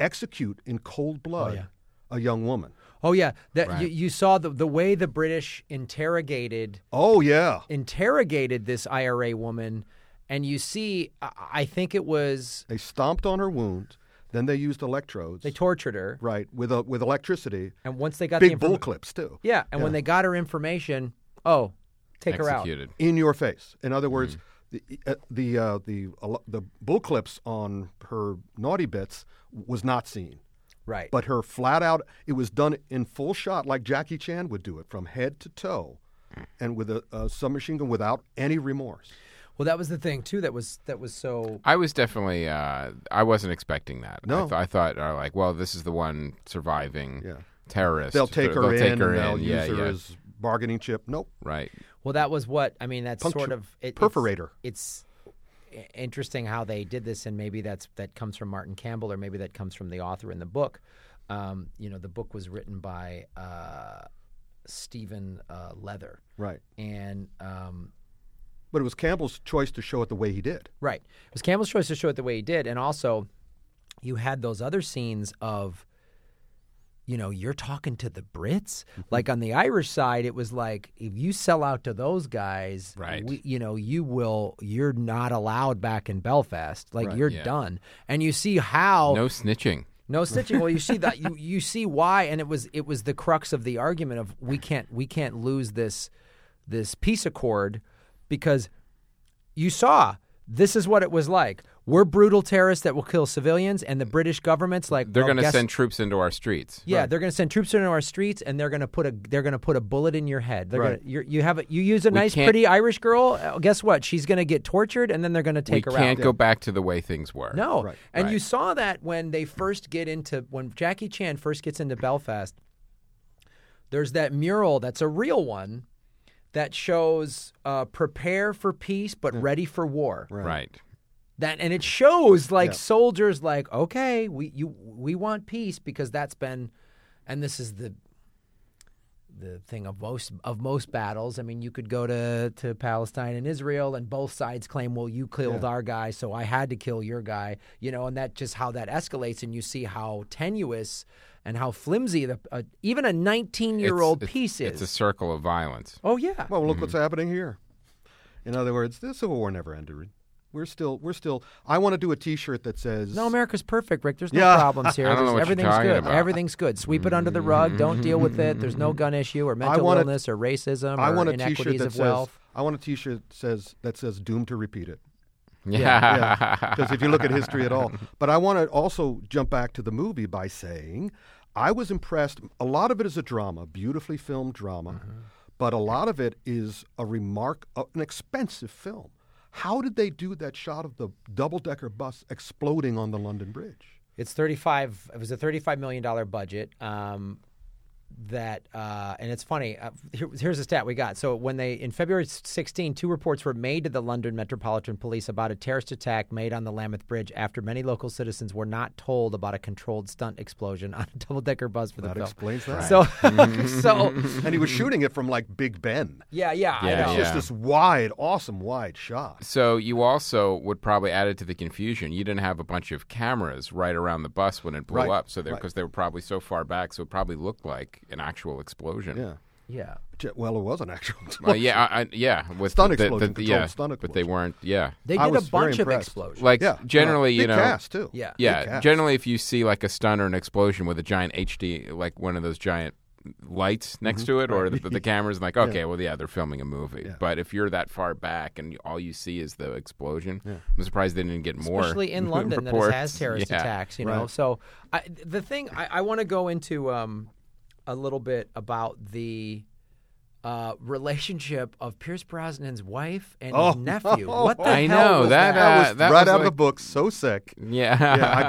[SPEAKER 5] execute in cold blood
[SPEAKER 4] Oh, yeah.
[SPEAKER 5] a young woman.
[SPEAKER 4] Oh yeah, that you,
[SPEAKER 2] Right.
[SPEAKER 4] you saw the the way the British interrogated
[SPEAKER 5] Oh yeah,
[SPEAKER 4] interrogated this IRA woman, and you see, I, I think it was
[SPEAKER 5] they stomped on her wound. Then they used electrodes,
[SPEAKER 4] they tortured her,
[SPEAKER 5] right, with a, with electricity,
[SPEAKER 4] and once they got the
[SPEAKER 5] big
[SPEAKER 4] inform-
[SPEAKER 5] bull clips too.
[SPEAKER 4] yeah, and when they got her information, oh, take her out.
[SPEAKER 2] Executed.
[SPEAKER 5] in your face. In other
[SPEAKER 4] Mm.
[SPEAKER 5] words, the uh, the uh, the uh, the bull clips on her naughty bits was not seen,
[SPEAKER 4] Right,
[SPEAKER 5] but her flat out it was done in full shot like Jackie Chan would do it from head to toe, and with a, a submachine gun without any remorse.
[SPEAKER 4] well, that was the thing too. That was that was so
[SPEAKER 2] I was definitely. Uh, I wasn't expecting that. I,
[SPEAKER 5] No.
[SPEAKER 2] th- I thought, uh, like, well, this is the one surviving
[SPEAKER 5] Yeah.
[SPEAKER 2] terrorist.
[SPEAKER 5] They'll take her in.
[SPEAKER 2] Take her
[SPEAKER 5] and
[SPEAKER 2] in.
[SPEAKER 5] They'll
[SPEAKER 2] Yeah,
[SPEAKER 5] use her
[SPEAKER 2] yeah.
[SPEAKER 5] as bargaining chip. Nope.
[SPEAKER 2] Right.
[SPEAKER 4] Well, that was what I mean. That's sort
[SPEAKER 5] Punctu-
[SPEAKER 4] of it, it's-
[SPEAKER 5] perforator.
[SPEAKER 4] It's, i- interesting how they did this, and maybe that's that comes from Martin Campbell, or maybe that comes from the author in the book. Um, you know, the book was written by uh, Stephen uh, Leather,
[SPEAKER 5] Right.
[SPEAKER 4] and um,
[SPEAKER 5] But it was Campbell's choice to show it the way he did.
[SPEAKER 4] Right. It was Campbell's choice to show it the way he did, and also you had those other scenes of you know, you're talking to the Brits.
[SPEAKER 2] Mm-hmm.
[SPEAKER 4] Like on the Irish side, it was like if you sell out to those guys,
[SPEAKER 2] Right.
[SPEAKER 4] we, you know, you will you're not allowed back in Belfast. Like you're done. And you see how
[SPEAKER 2] No snitching.
[SPEAKER 4] no stitching. Well, you see that you, you see why, and it was it was the crux of the argument of we can't we can't lose this this peace accord because you saw this is what it was like. We're brutal terrorists that will kill civilians, and the British government's like
[SPEAKER 2] They're
[SPEAKER 4] well,
[SPEAKER 2] going to
[SPEAKER 4] guess-
[SPEAKER 2] send troops into our streets.
[SPEAKER 4] Yeah, they're going to send troops into our streets, and they're going to put a they're going to put a bullet in your head. They're
[SPEAKER 5] Right.
[SPEAKER 4] gonna, you're, you have a, you use a nice
[SPEAKER 2] can't-
[SPEAKER 4] pretty Irish girl. uh, Guess what? She's going to get tortured, and then they're going to
[SPEAKER 2] We
[SPEAKER 4] take her out.
[SPEAKER 2] can't go back to the way things were.
[SPEAKER 4] No.
[SPEAKER 5] Right.
[SPEAKER 4] And you saw that when they first get into when Jackie Chan first gets into Belfast, there's that mural that's a real one that shows uh, prepare for peace but ready for war.
[SPEAKER 2] Right.
[SPEAKER 4] That and it shows like soldiers like, okay, we you we want peace because that's been and this is the the thing of most of most battles. I mean, you could go to, to Palestine and Israel, and both sides claim, "Well, you killed our guy, so I had to kill your guy." You know, and that just how that escalates, and you see how tenuous and how flimsy the, uh, even a nineteen year old
[SPEAKER 2] It's-
[SPEAKER 4] piece
[SPEAKER 2] It's
[SPEAKER 4] is.
[SPEAKER 2] a circle of violence.
[SPEAKER 4] oh yeah,
[SPEAKER 5] Well, look what's happening here. In other words, the Civil War never ended. We're still, we're still. I want to do a T-shirt that says,
[SPEAKER 4] no, America's perfect, Rick. There's no
[SPEAKER 5] Yeah.
[SPEAKER 4] problems here.
[SPEAKER 2] I don't know
[SPEAKER 4] There's-
[SPEAKER 2] what you're
[SPEAKER 4] everything's
[SPEAKER 2] talking
[SPEAKER 4] good.
[SPEAKER 2] about. Mm-hmm.
[SPEAKER 4] Everything's good. Sweep it under the rug. Don't deal with it. There's no gun issue or mental
[SPEAKER 5] want a-
[SPEAKER 4] illness or racism
[SPEAKER 5] I
[SPEAKER 4] or
[SPEAKER 5] want a T-shirt
[SPEAKER 4] inequities
[SPEAKER 5] that
[SPEAKER 4] of
[SPEAKER 5] says,
[SPEAKER 4] wealth.
[SPEAKER 5] I want a T-shirt says that says "Doomed to Repeat It."
[SPEAKER 2] Yeah.
[SPEAKER 5] Because if you look at history at all, but I want to also jump back to the movie by saying, I was impressed. A lot of it is a drama, beautifully filmed drama,
[SPEAKER 2] Mm-hmm.
[SPEAKER 5] but a lot of it is a remark, uh, an expensive film. How did they do that shot of the double-decker bus exploding on the London Bridge?
[SPEAKER 4] It's thirty-five. It was a thirty-five million dollar budget. Um, that uh, and it's funny. Uh, here, here's a stat we got. So when they in February 16, two reports were made to the London Metropolitan Police about a terrorist attack made on the Lambeth Bridge after many local citizens were not told about a controlled stunt explosion on a double-decker bus for the
[SPEAKER 5] That
[SPEAKER 4] film.
[SPEAKER 5] explains that.
[SPEAKER 4] So, so
[SPEAKER 5] and he was shooting it from like Big Ben.
[SPEAKER 4] yeah, yeah, I
[SPEAKER 2] Yeah,
[SPEAKER 4] know.
[SPEAKER 5] It's just this wide, awesome wide shot.
[SPEAKER 2] So you also would probably add it to the confusion. You didn't have a bunch of cameras right around the bus when it blew
[SPEAKER 5] Right,
[SPEAKER 2] up, so they because they were probably so far back, so it probably looked like an actual explosion.
[SPEAKER 5] Yeah.
[SPEAKER 4] yeah.
[SPEAKER 5] J- Well, it was an actual.
[SPEAKER 2] Well, Uh, yeah, I, I, yeah, with
[SPEAKER 5] Stun
[SPEAKER 2] the, the-
[SPEAKER 5] explosion,
[SPEAKER 2] the-
[SPEAKER 5] controlled
[SPEAKER 2] yeah,
[SPEAKER 5] stun
[SPEAKER 2] but they
[SPEAKER 5] explosion.
[SPEAKER 2] weren't. Yeah,
[SPEAKER 4] They
[SPEAKER 5] I
[SPEAKER 4] did a
[SPEAKER 5] was very
[SPEAKER 4] bunch of
[SPEAKER 5] impressed.
[SPEAKER 4] explosions.
[SPEAKER 2] like
[SPEAKER 5] Yeah,
[SPEAKER 2] generally,
[SPEAKER 5] big
[SPEAKER 2] you know,
[SPEAKER 5] cast too.
[SPEAKER 4] Yeah. Big
[SPEAKER 2] yeah,
[SPEAKER 5] cast.
[SPEAKER 2] generally if you see like a stun or an explosion with a giant HD, like one of those giant lights
[SPEAKER 5] Mm-hmm.
[SPEAKER 2] next to it, or the, the cameras, like okay, well, yeah, they're filming a movie. But if you're that far back and all you see is the explosion, I'm surprised they didn't get more.
[SPEAKER 4] especially in London that has,
[SPEAKER 2] reports.
[SPEAKER 4] has terrorist
[SPEAKER 2] Yeah.
[SPEAKER 4] attacks. You know,
[SPEAKER 5] Right.
[SPEAKER 4] so I, the thing I, I want to go into um, a little bit about the uh, relationship of Pierce Brosnan's wife and his nephew. What the
[SPEAKER 2] Oh. I
[SPEAKER 4] hell
[SPEAKER 2] know,
[SPEAKER 4] was
[SPEAKER 2] that,
[SPEAKER 5] That was
[SPEAKER 2] Uh, that
[SPEAKER 5] right
[SPEAKER 2] was
[SPEAKER 5] out of the
[SPEAKER 2] like-
[SPEAKER 5] book. So sick.
[SPEAKER 2] Yeah.
[SPEAKER 5] Yeah,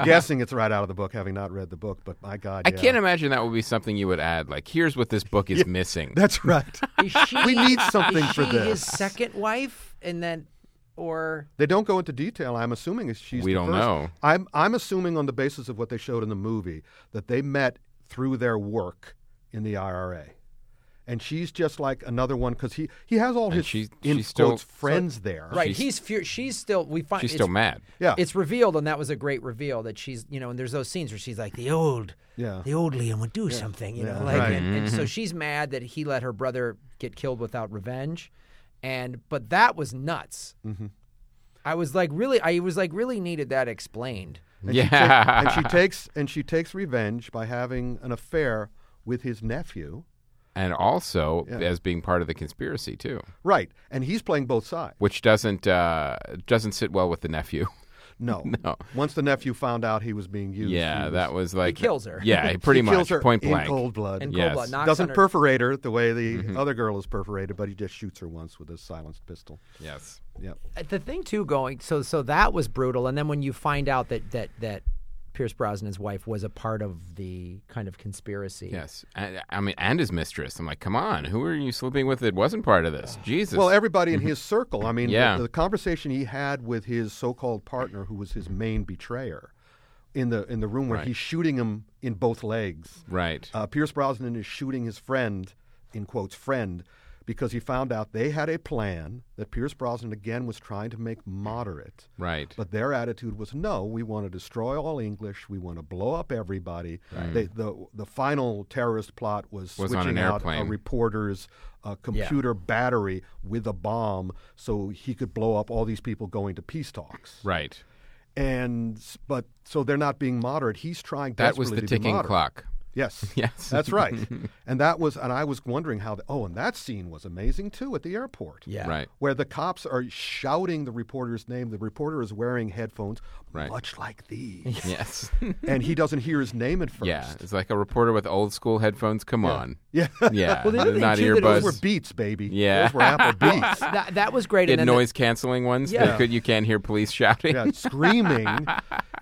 [SPEAKER 5] I'm guessing it's right out of the book, having not read the book. But my God,
[SPEAKER 2] I
[SPEAKER 5] yeah.
[SPEAKER 2] can't imagine that would be something you would add. Like, here's what this book is missing.
[SPEAKER 5] That's right.
[SPEAKER 4] Is she,
[SPEAKER 5] we need something
[SPEAKER 4] is
[SPEAKER 5] for
[SPEAKER 4] she
[SPEAKER 5] this.
[SPEAKER 4] His second wife, and then or
[SPEAKER 5] They don't go into detail. I'm assuming it's she's.
[SPEAKER 2] We
[SPEAKER 5] the
[SPEAKER 2] don't
[SPEAKER 5] first.
[SPEAKER 2] know.
[SPEAKER 5] I'm I'm assuming on the basis of what they showed in the movie that they met through their work in the IRA, and she's just like another one because he he has all
[SPEAKER 2] And
[SPEAKER 5] his
[SPEAKER 2] she's-
[SPEAKER 5] in
[SPEAKER 2] she's still-
[SPEAKER 5] quotes friends there.
[SPEAKER 4] Right.
[SPEAKER 2] She's-
[SPEAKER 4] he's fur- she's still we find
[SPEAKER 2] She's
[SPEAKER 4] it's-
[SPEAKER 2] still mad.
[SPEAKER 5] Yeah.
[SPEAKER 4] It's revealed, and that was a great reveal that she's you know, and there's those scenes where she's like the old
[SPEAKER 5] Yeah.
[SPEAKER 4] the old Liam would do something, you know,
[SPEAKER 5] Yeah.
[SPEAKER 4] like
[SPEAKER 5] Right.
[SPEAKER 4] and, and so she's mad that he let her brother get killed without revenge. And but that was nuts.
[SPEAKER 5] Mm-hmm.
[SPEAKER 4] I was like really I was like really needed that explained.
[SPEAKER 2] yeah.
[SPEAKER 5] and she takes and she takes revenge by having an affair with his nephew.
[SPEAKER 2] and also as being part of the conspiracy too,
[SPEAKER 5] Right, and he's playing both sides.
[SPEAKER 2] which doesn't uh, doesn't sit well with the nephew.
[SPEAKER 5] No, no. Once the nephew found out he was being used,
[SPEAKER 2] yeah,
[SPEAKER 5] he was-
[SPEAKER 2] that was like
[SPEAKER 4] kills her.
[SPEAKER 2] Yeah, pretty
[SPEAKER 5] he
[SPEAKER 2] much
[SPEAKER 5] kills her
[SPEAKER 2] point
[SPEAKER 5] in
[SPEAKER 2] blank.
[SPEAKER 5] cold blood.
[SPEAKER 4] And
[SPEAKER 2] Yeah. Mm-hmm. Yes.
[SPEAKER 4] Kobla knocks on
[SPEAKER 5] Doesn't
[SPEAKER 4] her-
[SPEAKER 5] perforate her the way the other girl is perforated, but he just shoots her once with his silenced pistol.
[SPEAKER 2] Yes.
[SPEAKER 5] Yep.
[SPEAKER 4] Uh, the thing too going so so that was brutal and then when you find out that that that Pierce Brosnan's wife was a part of the kind of conspiracy.
[SPEAKER 2] Yes. And, I mean, and his mistress. I'm like, come on, who are you sleeping with that wasn't part of this? Jesus.
[SPEAKER 5] Well, everybody in his circle. I mean, the-
[SPEAKER 2] Yeah.
[SPEAKER 5] the, conversation he had with his so-called partner, who was his main betrayer, in the in the room where he's shooting him in both legs.
[SPEAKER 2] right.
[SPEAKER 5] Uh, Pierce Brosnan is shooting his friend, in quotes, friend, because he found out they had a plan that Pierce Brosnan again was trying to make moderate.
[SPEAKER 2] right.
[SPEAKER 5] But their attitude was no, we want to destroy all English. We want to blow up everybody. They, the, the final terrorist plot was,
[SPEAKER 2] Was on an
[SPEAKER 5] switching out a
[SPEAKER 2] airplane.
[SPEAKER 5] reporter's uh, computer battery with a bomb so he could blow up all these people going to peace talks.
[SPEAKER 2] right.
[SPEAKER 5] And s- but so they're not being moderate. He's trying
[SPEAKER 2] That was the
[SPEAKER 5] desperately to be
[SPEAKER 2] ticking
[SPEAKER 5] moderate.
[SPEAKER 2] clock.
[SPEAKER 5] Yes.
[SPEAKER 2] Yes.
[SPEAKER 5] That's right. and that was and I was wondering how the, oh, and that scene was amazing too at the airport.
[SPEAKER 4] Yeah.
[SPEAKER 2] Right.
[SPEAKER 5] Where the cops are shouting the reporter's name. The reporter is wearing headphones,
[SPEAKER 2] Right.
[SPEAKER 5] much like these.
[SPEAKER 2] Yes.
[SPEAKER 5] and he doesn't hear his name at first.
[SPEAKER 2] yeah. It's like a reporter with old school headphones. Come on.
[SPEAKER 5] Yeah.
[SPEAKER 2] Yeah.
[SPEAKER 4] Well, the other thing,
[SPEAKER 2] not
[SPEAKER 4] too, that it
[SPEAKER 5] Those
[SPEAKER 2] earbuds.
[SPEAKER 5] were beats, baby.
[SPEAKER 2] Yeah.
[SPEAKER 5] Those were Apple beats.
[SPEAKER 4] That that was great
[SPEAKER 2] Did
[SPEAKER 4] and then the-
[SPEAKER 2] noise canceling ones.
[SPEAKER 4] Yeah.
[SPEAKER 2] They could- you can't hear police shouting.
[SPEAKER 5] yeah, screaming.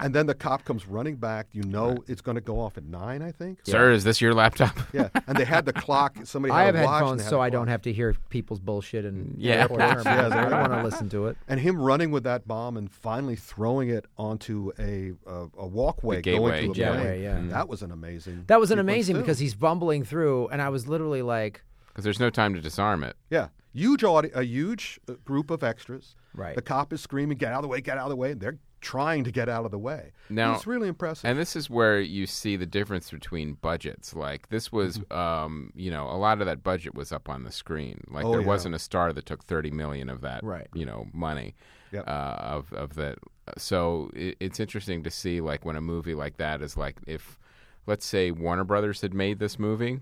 [SPEAKER 5] And then the cop comes running back. You know it's going to go off at nine, I think.
[SPEAKER 2] Sir, is this your laptop?
[SPEAKER 5] Yeah. And they had the clock. Somebody had
[SPEAKER 4] I have
[SPEAKER 5] a watch and they
[SPEAKER 4] headphones,
[SPEAKER 5] had
[SPEAKER 4] so
[SPEAKER 5] a
[SPEAKER 4] I don't
[SPEAKER 5] clock.
[SPEAKER 4] have to hear people's bullshit and
[SPEAKER 2] Yeah.
[SPEAKER 4] airport
[SPEAKER 2] Yeah,
[SPEAKER 4] terms.
[SPEAKER 5] there
[SPEAKER 4] I
[SPEAKER 5] you
[SPEAKER 4] don't
[SPEAKER 5] go.
[SPEAKER 4] want to listen to it.
[SPEAKER 5] And him running with that bomb and finally throwing it onto a a, a walkway
[SPEAKER 2] The gateway,
[SPEAKER 5] going to a
[SPEAKER 2] yeah.
[SPEAKER 5] plane.
[SPEAKER 4] Yeah, yeah.
[SPEAKER 5] That was an amazing.
[SPEAKER 4] That was an
[SPEAKER 5] sequence,
[SPEAKER 4] amazing
[SPEAKER 5] too.
[SPEAKER 4] because he's bumbling through, and I was literally like,
[SPEAKER 2] Because there's no time to disarm it.
[SPEAKER 5] yeah, huge audi- a huge uh, group of extras.
[SPEAKER 4] Right.
[SPEAKER 5] The cop is screaming, "Get out of the way! Get out of the way!" And they're trying to get out of the way.
[SPEAKER 2] Now-
[SPEAKER 5] it's really impressive.
[SPEAKER 2] And this is where you see the difference between budgets. Like this was,
[SPEAKER 5] Mm-hmm.
[SPEAKER 2] um, you know, a lot of that budget was up on the screen. Like
[SPEAKER 5] Oh,
[SPEAKER 2] there
[SPEAKER 5] yeah.
[SPEAKER 2] wasn't a star that took thirty million of that,
[SPEAKER 4] Right.
[SPEAKER 2] You know, money
[SPEAKER 5] Yep.
[SPEAKER 2] uh, of of that. So it, it's interesting to see like when a movie like that is like if, let's say Warner Brothers had made this movie.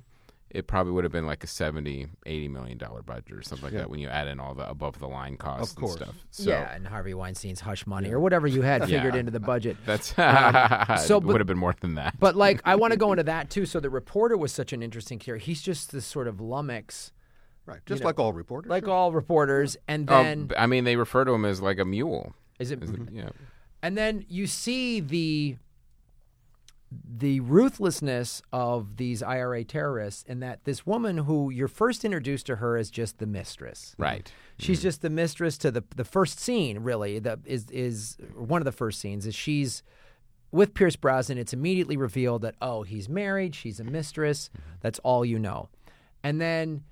[SPEAKER 2] It probably would have been like a 70, 80 million dollar budget or something like that when you add in all the above the line costs
[SPEAKER 5] Of course.
[SPEAKER 2] and stuff. So
[SPEAKER 4] yeah, and Harvey Weinstein's hush money or whatever you had figured
[SPEAKER 2] Yeah.
[SPEAKER 4] into the budget.
[SPEAKER 2] that's
[SPEAKER 5] Um,
[SPEAKER 4] so,
[SPEAKER 2] it
[SPEAKER 4] but-
[SPEAKER 2] would have been more than that.
[SPEAKER 4] But like, I want to go into that too. So the reporter was such an interesting character. He's just this sort of lummox,
[SPEAKER 5] right, just like all reporters.
[SPEAKER 4] like
[SPEAKER 5] sure.
[SPEAKER 4] all reporters, and
[SPEAKER 2] Oh,
[SPEAKER 4] then
[SPEAKER 2] b- I mean, they refer to him as like a mule.
[SPEAKER 4] is it?
[SPEAKER 2] Yeah.
[SPEAKER 4] And then you see the the ruthlessness of these IRA terrorists, and that this woman who you're first introduced to her as just the mistress.
[SPEAKER 2] Right.
[SPEAKER 4] She's
[SPEAKER 5] Hmm.
[SPEAKER 4] just the mistress to the the first scene, really. That is is one of the first scenes is she's with Pierce Brosnan. It's immediately revealed that oh, he's married, she's a mistress.
[SPEAKER 5] Mm-hmm.
[SPEAKER 4] That's all you know. And then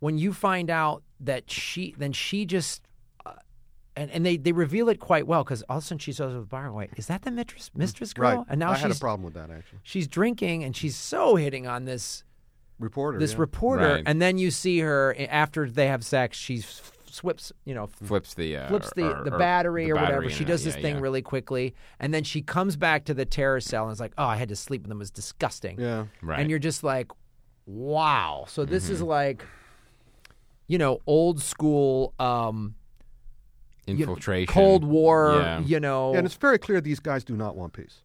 [SPEAKER 4] when you find out that she, then she just. uh, And, and they, they reveal it quite well because all of a sudden she says with bar away, is that the mistress mistress girl?
[SPEAKER 5] Mm-hmm. right.
[SPEAKER 4] And now
[SPEAKER 5] I
[SPEAKER 4] she's
[SPEAKER 5] had a problem with that actually.
[SPEAKER 4] she's drinking and she's so hitting on this
[SPEAKER 5] Reporter.
[SPEAKER 4] this
[SPEAKER 5] yeah.
[SPEAKER 4] reporter,
[SPEAKER 2] Right.
[SPEAKER 4] and then you see her a- after they have sex. She f- swips, you know, f-
[SPEAKER 2] Flips the uh,
[SPEAKER 4] flips the,
[SPEAKER 2] or-
[SPEAKER 4] the
[SPEAKER 2] or
[SPEAKER 4] battery
[SPEAKER 2] the
[SPEAKER 4] or
[SPEAKER 2] battery
[SPEAKER 4] whatever.
[SPEAKER 2] in
[SPEAKER 4] She
[SPEAKER 2] it.
[SPEAKER 4] does this
[SPEAKER 2] Yeah,
[SPEAKER 4] thing
[SPEAKER 2] yeah.
[SPEAKER 4] really quickly, and then she comes back to the terrorist cell and is like, "Oh, I had to sleep with them. It was disgusting."
[SPEAKER 5] Yeah.
[SPEAKER 2] Right. Mm-hmm.
[SPEAKER 4] And you're just like, "Wow!" So this is like, you know, old school um, you know,
[SPEAKER 2] infiltration,
[SPEAKER 4] Cold War.
[SPEAKER 2] Yeah.
[SPEAKER 4] You know,
[SPEAKER 5] And it's very clear these guys do not want peace.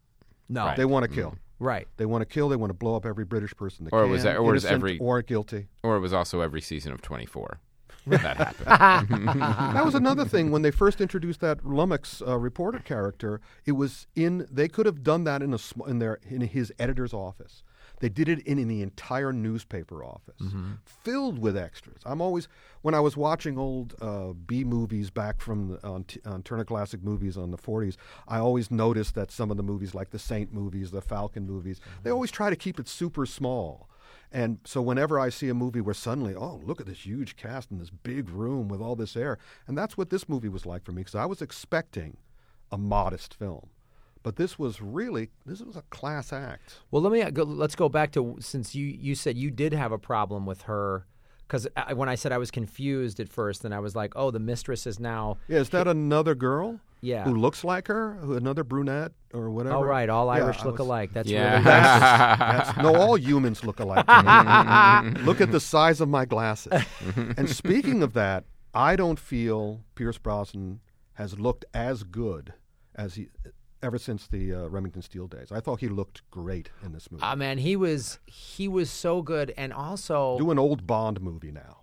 [SPEAKER 4] no,
[SPEAKER 2] Right.
[SPEAKER 5] They want to kill.
[SPEAKER 4] right.
[SPEAKER 5] They want to kill. They want to blow up every British person. They
[SPEAKER 2] Mm. Or
[SPEAKER 5] can,
[SPEAKER 2] was that- or was
[SPEAKER 5] innocent
[SPEAKER 2] every-
[SPEAKER 5] or guilty?
[SPEAKER 2] Or it was also every season of Twenty Four. that happened.
[SPEAKER 5] that was another thing when they first introduced that Lummox uh, reporter character. It was in they could have done that in a sm- in their in his editor's office. They did it in, in the entire newspaper office, filled with extras. I'm always when I was watching old uh, B movies back from the, on, t- on Turner Classic Movies on the 40s. I always noticed that some of the movies, like the Saint movies, the Falcon movies, they always try to keep it super small. And so whenever I see a movie where suddenly, oh, look at this huge cast in this big room with all this air, and that's what this movie was like for me because I was expecting a modest film, but this was really this was a class act.
[SPEAKER 4] Well, let me go, let's go back to since you you said you did have a problem with her because when I said I was confused at first, and I was like, oh, the mistress is now.
[SPEAKER 5] Yeah, is that another girl?
[SPEAKER 4] Yeah.
[SPEAKER 5] who looks like her? Who, another brunette or whatever?
[SPEAKER 4] All right, all
[SPEAKER 5] Yeah,
[SPEAKER 4] Irish
[SPEAKER 5] I
[SPEAKER 4] look
[SPEAKER 5] was-
[SPEAKER 4] alike. That's
[SPEAKER 2] Yeah.
[SPEAKER 4] really
[SPEAKER 5] That's- no, all humans look alike. to me. look at the size of my glasses. and speaking of that, I don't feel Pierce Brosnan has looked as good as he ever since the uh, Remington Steele days. I thought he looked great in this movie.
[SPEAKER 4] Ah man, he was he was so good, and also,
[SPEAKER 5] Do an old Bond movie now.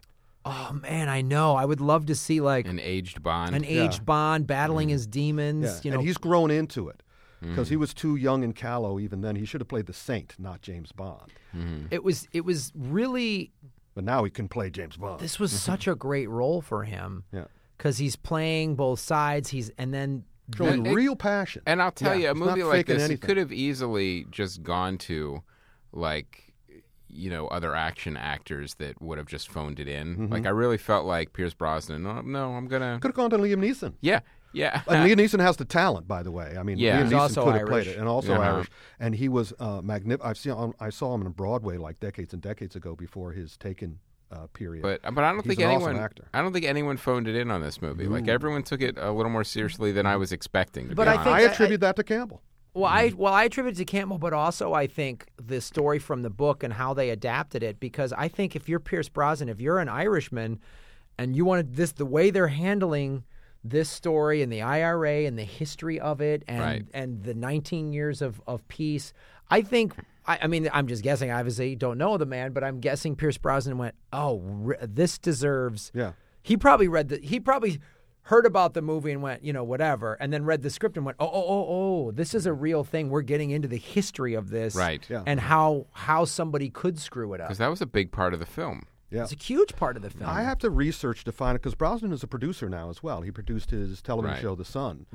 [SPEAKER 4] oh man, I know. I would love to see like
[SPEAKER 2] An aged Bond.
[SPEAKER 4] an aged Bond battling his demons.
[SPEAKER 5] Yeah,
[SPEAKER 4] You know,
[SPEAKER 5] and he's grown into it
[SPEAKER 2] Hmm.
[SPEAKER 5] because he was too young and callow even then. He should have played the Saint, not James Bond.
[SPEAKER 4] it was it was really
[SPEAKER 5] But now he can play James Bond.
[SPEAKER 4] this was such a great role for him.
[SPEAKER 5] Yeah.
[SPEAKER 4] because he's playing both sides. He's and then
[SPEAKER 5] Showing
[SPEAKER 2] it-
[SPEAKER 5] real passion.
[SPEAKER 2] And I'll tell you,
[SPEAKER 5] Yeah,
[SPEAKER 2] a
[SPEAKER 5] he's not
[SPEAKER 2] movie like
[SPEAKER 5] faking
[SPEAKER 2] this,
[SPEAKER 5] anything.
[SPEAKER 2] it could have easily just gone to, like, you know, other action actors that would have just phoned it in.
[SPEAKER 4] Mm-hmm.
[SPEAKER 2] Like, I really felt like Pierce Brosnan. Oh, no, I'm gonna.
[SPEAKER 5] could have gone to Liam Neeson.
[SPEAKER 2] Yeah, yeah.
[SPEAKER 5] And Uh, Liam Neeson has the talent, by the way. I mean,
[SPEAKER 2] Yeah.
[SPEAKER 5] Liam
[SPEAKER 2] He's
[SPEAKER 5] Neeson
[SPEAKER 4] also
[SPEAKER 5] could have played
[SPEAKER 4] Irish.
[SPEAKER 5] it, and also
[SPEAKER 2] Uh-huh.
[SPEAKER 5] Irish. And he was uh, magnificent. I've seen, I saw him on Broadway like decades and decades ago before his Taken uh, period.
[SPEAKER 2] But but I don't
[SPEAKER 5] He's
[SPEAKER 2] think
[SPEAKER 5] an awesome
[SPEAKER 2] anyone.
[SPEAKER 5] actor.
[SPEAKER 2] I don't think anyone phoned it in on this movie. Like everyone took it a little more seriously than I was expecting. To
[SPEAKER 4] But
[SPEAKER 2] be
[SPEAKER 4] I
[SPEAKER 2] honest.
[SPEAKER 4] think
[SPEAKER 5] I attribute that to Campbell.
[SPEAKER 4] Well, I well I attribute it to Campbell, but also I think the story from the book and how they adapted it because I think if you're Pierce Brosnan, if you're an Irishman, and you wanted this the way they're handling this story and the IRA and the history of it and
[SPEAKER 2] Right.
[SPEAKER 4] and the 19 years of of peace, I think. I, I mean, I'm just guessing. Obviously, don't know the man, but I'm guessing Pierce Brosnan went, "Oh, re- this deserves."
[SPEAKER 5] Yeah.
[SPEAKER 4] He probably read the. He probably heard about the movie and went, you know, whatever, and then read the script and went, oh, oh, oh, oh, this is a real thing. We're getting into the history of this,
[SPEAKER 2] Right. Yeah.
[SPEAKER 4] And how how somebody could screw it up.
[SPEAKER 2] 'Cause that was a big part of the film.
[SPEAKER 5] Yeah.
[SPEAKER 4] It's a huge part of the
[SPEAKER 2] Mm-hmm.
[SPEAKER 4] film.
[SPEAKER 5] I have to research to find it because Brosnan is a producer now as well. He produced his television
[SPEAKER 2] Right. Mm-hmm.
[SPEAKER 5] show The Sun,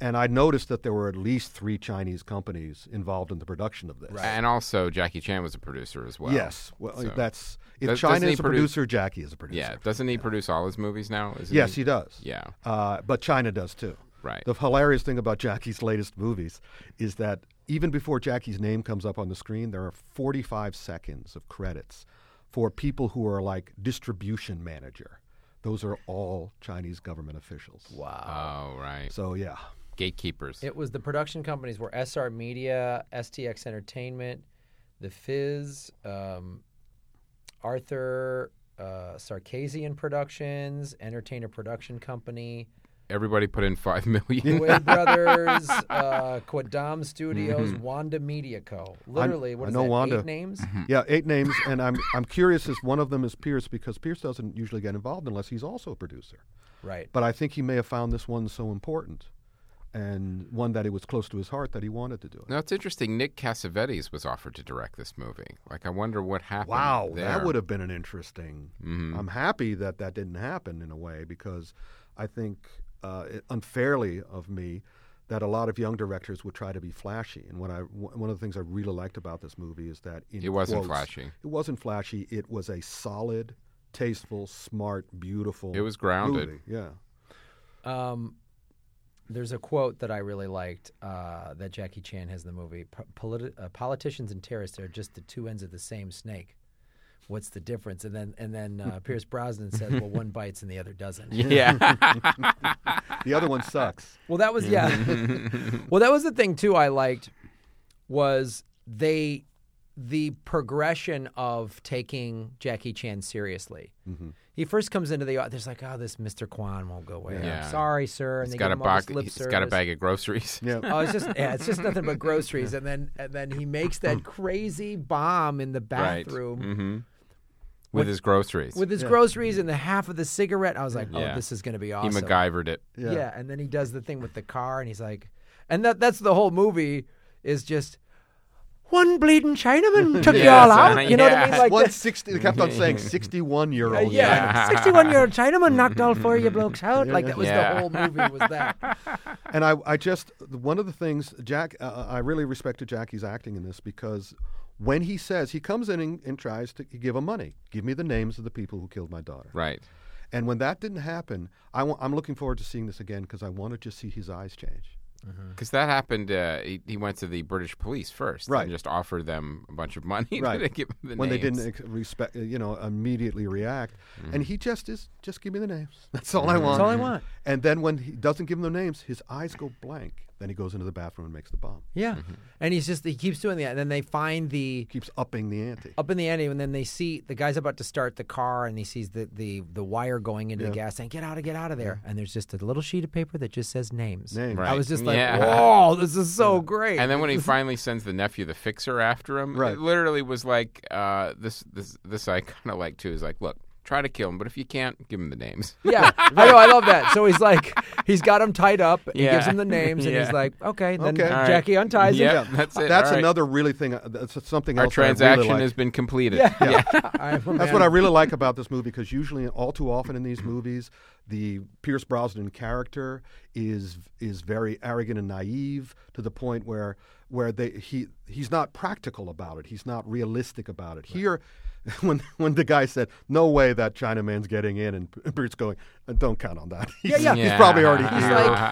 [SPEAKER 5] and I noticed that there were at least three Chinese companies involved in the production of this.
[SPEAKER 2] And also, Jackie Chan was a producer as well.
[SPEAKER 5] Yes, well,
[SPEAKER 2] So-
[SPEAKER 5] that's if
[SPEAKER 2] Does- doesn't
[SPEAKER 5] China
[SPEAKER 2] he
[SPEAKER 5] is a
[SPEAKER 2] produ-
[SPEAKER 5] producer, Jackie is a producer.
[SPEAKER 2] Yeah. Doesn't he produce all his movies now? Isn't
[SPEAKER 5] Yes, he does.
[SPEAKER 2] Yeah.
[SPEAKER 5] Uh, but China does too.
[SPEAKER 2] Right.
[SPEAKER 5] The hilarious thing about Jackie's latest movies is that even before Jackie's name comes up on the screen, there are 45 seconds of credits for people who are like distribution manager. Those are all Chinese government officials. Wow.
[SPEAKER 2] Oh right.
[SPEAKER 5] So, yeah.
[SPEAKER 2] Gatekeepers.
[SPEAKER 4] It was the production companies were SR Media, STX Entertainment, The Fizz, um, Arthur uh, Sarkisian Productions, Entertainer Production Company.
[SPEAKER 2] Everybody put in five million.
[SPEAKER 4] Way Brothers, uh, Quadam Studios, Wanda Media Co. Literally, what
[SPEAKER 5] Mm-hmm.
[SPEAKER 4] is
[SPEAKER 5] I know
[SPEAKER 4] that?
[SPEAKER 5] Wanda.
[SPEAKER 4] Eight names.
[SPEAKER 2] Mm-hmm.
[SPEAKER 5] Yeah, eight names, and I'm, I'm curious as one of them is Pierce because Pierce doesn't usually get involved unless he's also a producer.
[SPEAKER 4] Right.
[SPEAKER 5] But I think he may have found this one so important and one that it was close to his heart that he wanted to do it.
[SPEAKER 2] Now it's interesting. Nick Cassavetes was offered to direct this movie. Like, I wonder what happened.
[SPEAKER 5] Wow,
[SPEAKER 2] there. Mm-hmm.
[SPEAKER 5] that would have been an interesting. I'm happy that that didn't happen in a way because I think uh, it- unfairly of me that a lot of young directors would try to be flashy. And what I one one of the things I really liked about this movie is that in
[SPEAKER 2] It wasn't
[SPEAKER 5] quotes,
[SPEAKER 2] flashy.
[SPEAKER 5] It wasn't flashy. It was a solid, tasteful, smart, beautiful.
[SPEAKER 2] It was grounded.
[SPEAKER 5] movie, Yeah.
[SPEAKER 4] Um, there's a quote that I really liked uh, that Jackie Chan has in the movie. P- politi- uh, politicians and terrorists are just the two ends of the same snake. What's the difference? And then and then uh, Pierce Brosnan says, "Well, one bites and the other doesn't."
[SPEAKER 2] Yeah.
[SPEAKER 5] The other one sucks.
[SPEAKER 4] Well, that was yeah. well, that was the thing too. I liked was they the progression of taking Jackie Chan seriously.
[SPEAKER 2] Mm-hmm.
[SPEAKER 4] He first comes into the there's like oh this Mr. Kwan won't go away.
[SPEAKER 2] Yeah.
[SPEAKER 4] I'm sorry, sir. And
[SPEAKER 2] he's
[SPEAKER 4] they
[SPEAKER 2] got
[SPEAKER 4] give
[SPEAKER 2] a
[SPEAKER 4] him all this
[SPEAKER 2] box.
[SPEAKER 4] lip
[SPEAKER 2] He's
[SPEAKER 4] service.
[SPEAKER 2] got a bag of groceries.
[SPEAKER 5] Yeah.
[SPEAKER 4] Oh, it's just yeah, it's just nothing but groceries, and then and then he makes that crazy bomb in the
[SPEAKER 2] Right.
[SPEAKER 4] bathroom
[SPEAKER 2] Mm-hmm. With his groceries.
[SPEAKER 4] with his groceries and the half of the cigarette. I was like, oh,
[SPEAKER 2] Yeah.
[SPEAKER 4] this is going to be
[SPEAKER 2] he
[SPEAKER 4] awesome.
[SPEAKER 2] MacGyvered it.
[SPEAKER 5] Yeah.
[SPEAKER 4] Yeah. and then he does the thing with the car, and he's like, and that that's the whole movie is just one bleeding Chinaman took
[SPEAKER 2] Yeah,
[SPEAKER 4] y'all out.
[SPEAKER 2] son,
[SPEAKER 4] You know what I mean?
[SPEAKER 2] yeah. oh,
[SPEAKER 4] Like,
[SPEAKER 5] One
[SPEAKER 4] that-
[SPEAKER 5] sixty. They kept on saying sixty-one year old.
[SPEAKER 4] yeah, sixty-one-year-old Chinaman knocked all four of you blokes out. Like that was
[SPEAKER 2] Yeah.
[SPEAKER 4] the whole movie was that.
[SPEAKER 5] And uh, I, I just one of the things Jack, uh, I really respected Jackie's acting in this because when he says, he comes in and, and tries to give him money. Give me the names of the people who killed my daughter.
[SPEAKER 2] Right.
[SPEAKER 5] And when that didn't happen, I wa- I'm looking forward to seeing this again because I want to just see his eyes change.
[SPEAKER 2] Because that happened, uh, he, he went to the British police first,
[SPEAKER 5] Right.
[SPEAKER 2] And just offered them a bunch of money to
[SPEAKER 5] Right.
[SPEAKER 2] give them the
[SPEAKER 5] when they
[SPEAKER 2] names. Mm.
[SPEAKER 5] didn't ex- respect, uh, you know, immediately react. And he just is, just give me the names. That's all I want.
[SPEAKER 4] all I want.
[SPEAKER 5] And then when he doesn't give them the names, his eyes go blank. Then he goes into the bathroom and makes the bomb.
[SPEAKER 4] Yeah.
[SPEAKER 2] Mm-hmm.
[SPEAKER 4] And he's just he keeps doing that, and then they find the
[SPEAKER 5] Keeps upping the ante.
[SPEAKER 4] up in the ante, and then they see the guy's about to start the car, and he sees the the, the wire going into the gas tank. Get out of, get out of there! And there's just a little sheet of paper that just says names.
[SPEAKER 5] Names.
[SPEAKER 4] I
[SPEAKER 2] Right.
[SPEAKER 4] was just like,
[SPEAKER 2] Yeah.
[SPEAKER 4] "Whoa, this is so great!"
[SPEAKER 2] And then when he finally sends the nephew, the fixer, after him,
[SPEAKER 5] e-, Right.
[SPEAKER 2] it literally was like uh, this. This this I kind of like too. Is like, look, try to kill him, but if you can't, give him the names.
[SPEAKER 4] yeah, I know, I love that. So he's like, he's got him tied up. He
[SPEAKER 2] Yeah.
[SPEAKER 4] gives him the names, and he's
[SPEAKER 2] Yeah.
[SPEAKER 4] like, "Okay." And then
[SPEAKER 5] Okay. All
[SPEAKER 2] right.
[SPEAKER 4] Jackie unties him.
[SPEAKER 2] Yeah, that's it.
[SPEAKER 5] That's
[SPEAKER 2] All right.
[SPEAKER 5] another really thing. uh, That's something
[SPEAKER 2] Our
[SPEAKER 5] else that I really
[SPEAKER 2] transaction
[SPEAKER 5] like.
[SPEAKER 2] has been completed.
[SPEAKER 4] Yeah. I'm a
[SPEAKER 5] That's
[SPEAKER 4] man.
[SPEAKER 5] what I really like about this movie because usually, all too often in these movies, the Pierce Brosnan character is is very arrogant and naive to the point where where they he he's not practical about it. He's not realistic about it. Here, when when the guy said, "No way that Chinaman's getting in," and Pierce going, "Uh, "Don't count on that." He's-
[SPEAKER 4] yeah.
[SPEAKER 5] He's probably already
[SPEAKER 2] Yeah.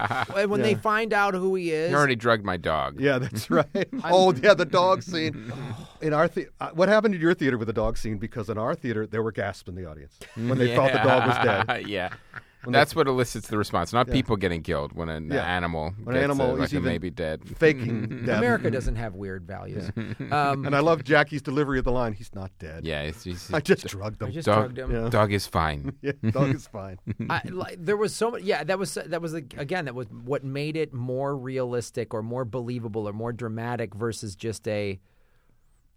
[SPEAKER 5] here.
[SPEAKER 4] He's like, when- when they find out who he is,
[SPEAKER 2] You already drugged my dog.
[SPEAKER 5] yeah, that's right. oh, yeah, the dog scene. In our the- uh, what happened in your theater with the dog scene? Because in our theater, there were gasps in the audience when they thought the dog was dead.
[SPEAKER 2] Mm. yeah. That's what elicits the response, not people getting killed when an
[SPEAKER 5] Yeah.
[SPEAKER 2] animal
[SPEAKER 5] When
[SPEAKER 2] gets
[SPEAKER 5] an animal
[SPEAKER 2] uh, like
[SPEAKER 5] is
[SPEAKER 2] a
[SPEAKER 5] even
[SPEAKER 2] maybe dead. Mm-hmm.
[SPEAKER 5] faking death.
[SPEAKER 4] America doesn't have weird values. Um,
[SPEAKER 5] And I love Jackie's delivery of the line. He's not dead.
[SPEAKER 2] Yeah, it's, it's,
[SPEAKER 5] I just drugged him.
[SPEAKER 4] I just
[SPEAKER 2] dog,
[SPEAKER 4] drugged him.
[SPEAKER 5] Yeah.
[SPEAKER 2] dog is fine.
[SPEAKER 5] yeah, dog is fine.
[SPEAKER 4] I, like, there was so much. Yeah, that was that was like, again that was what made it more realistic or more believable or more dramatic versus just a,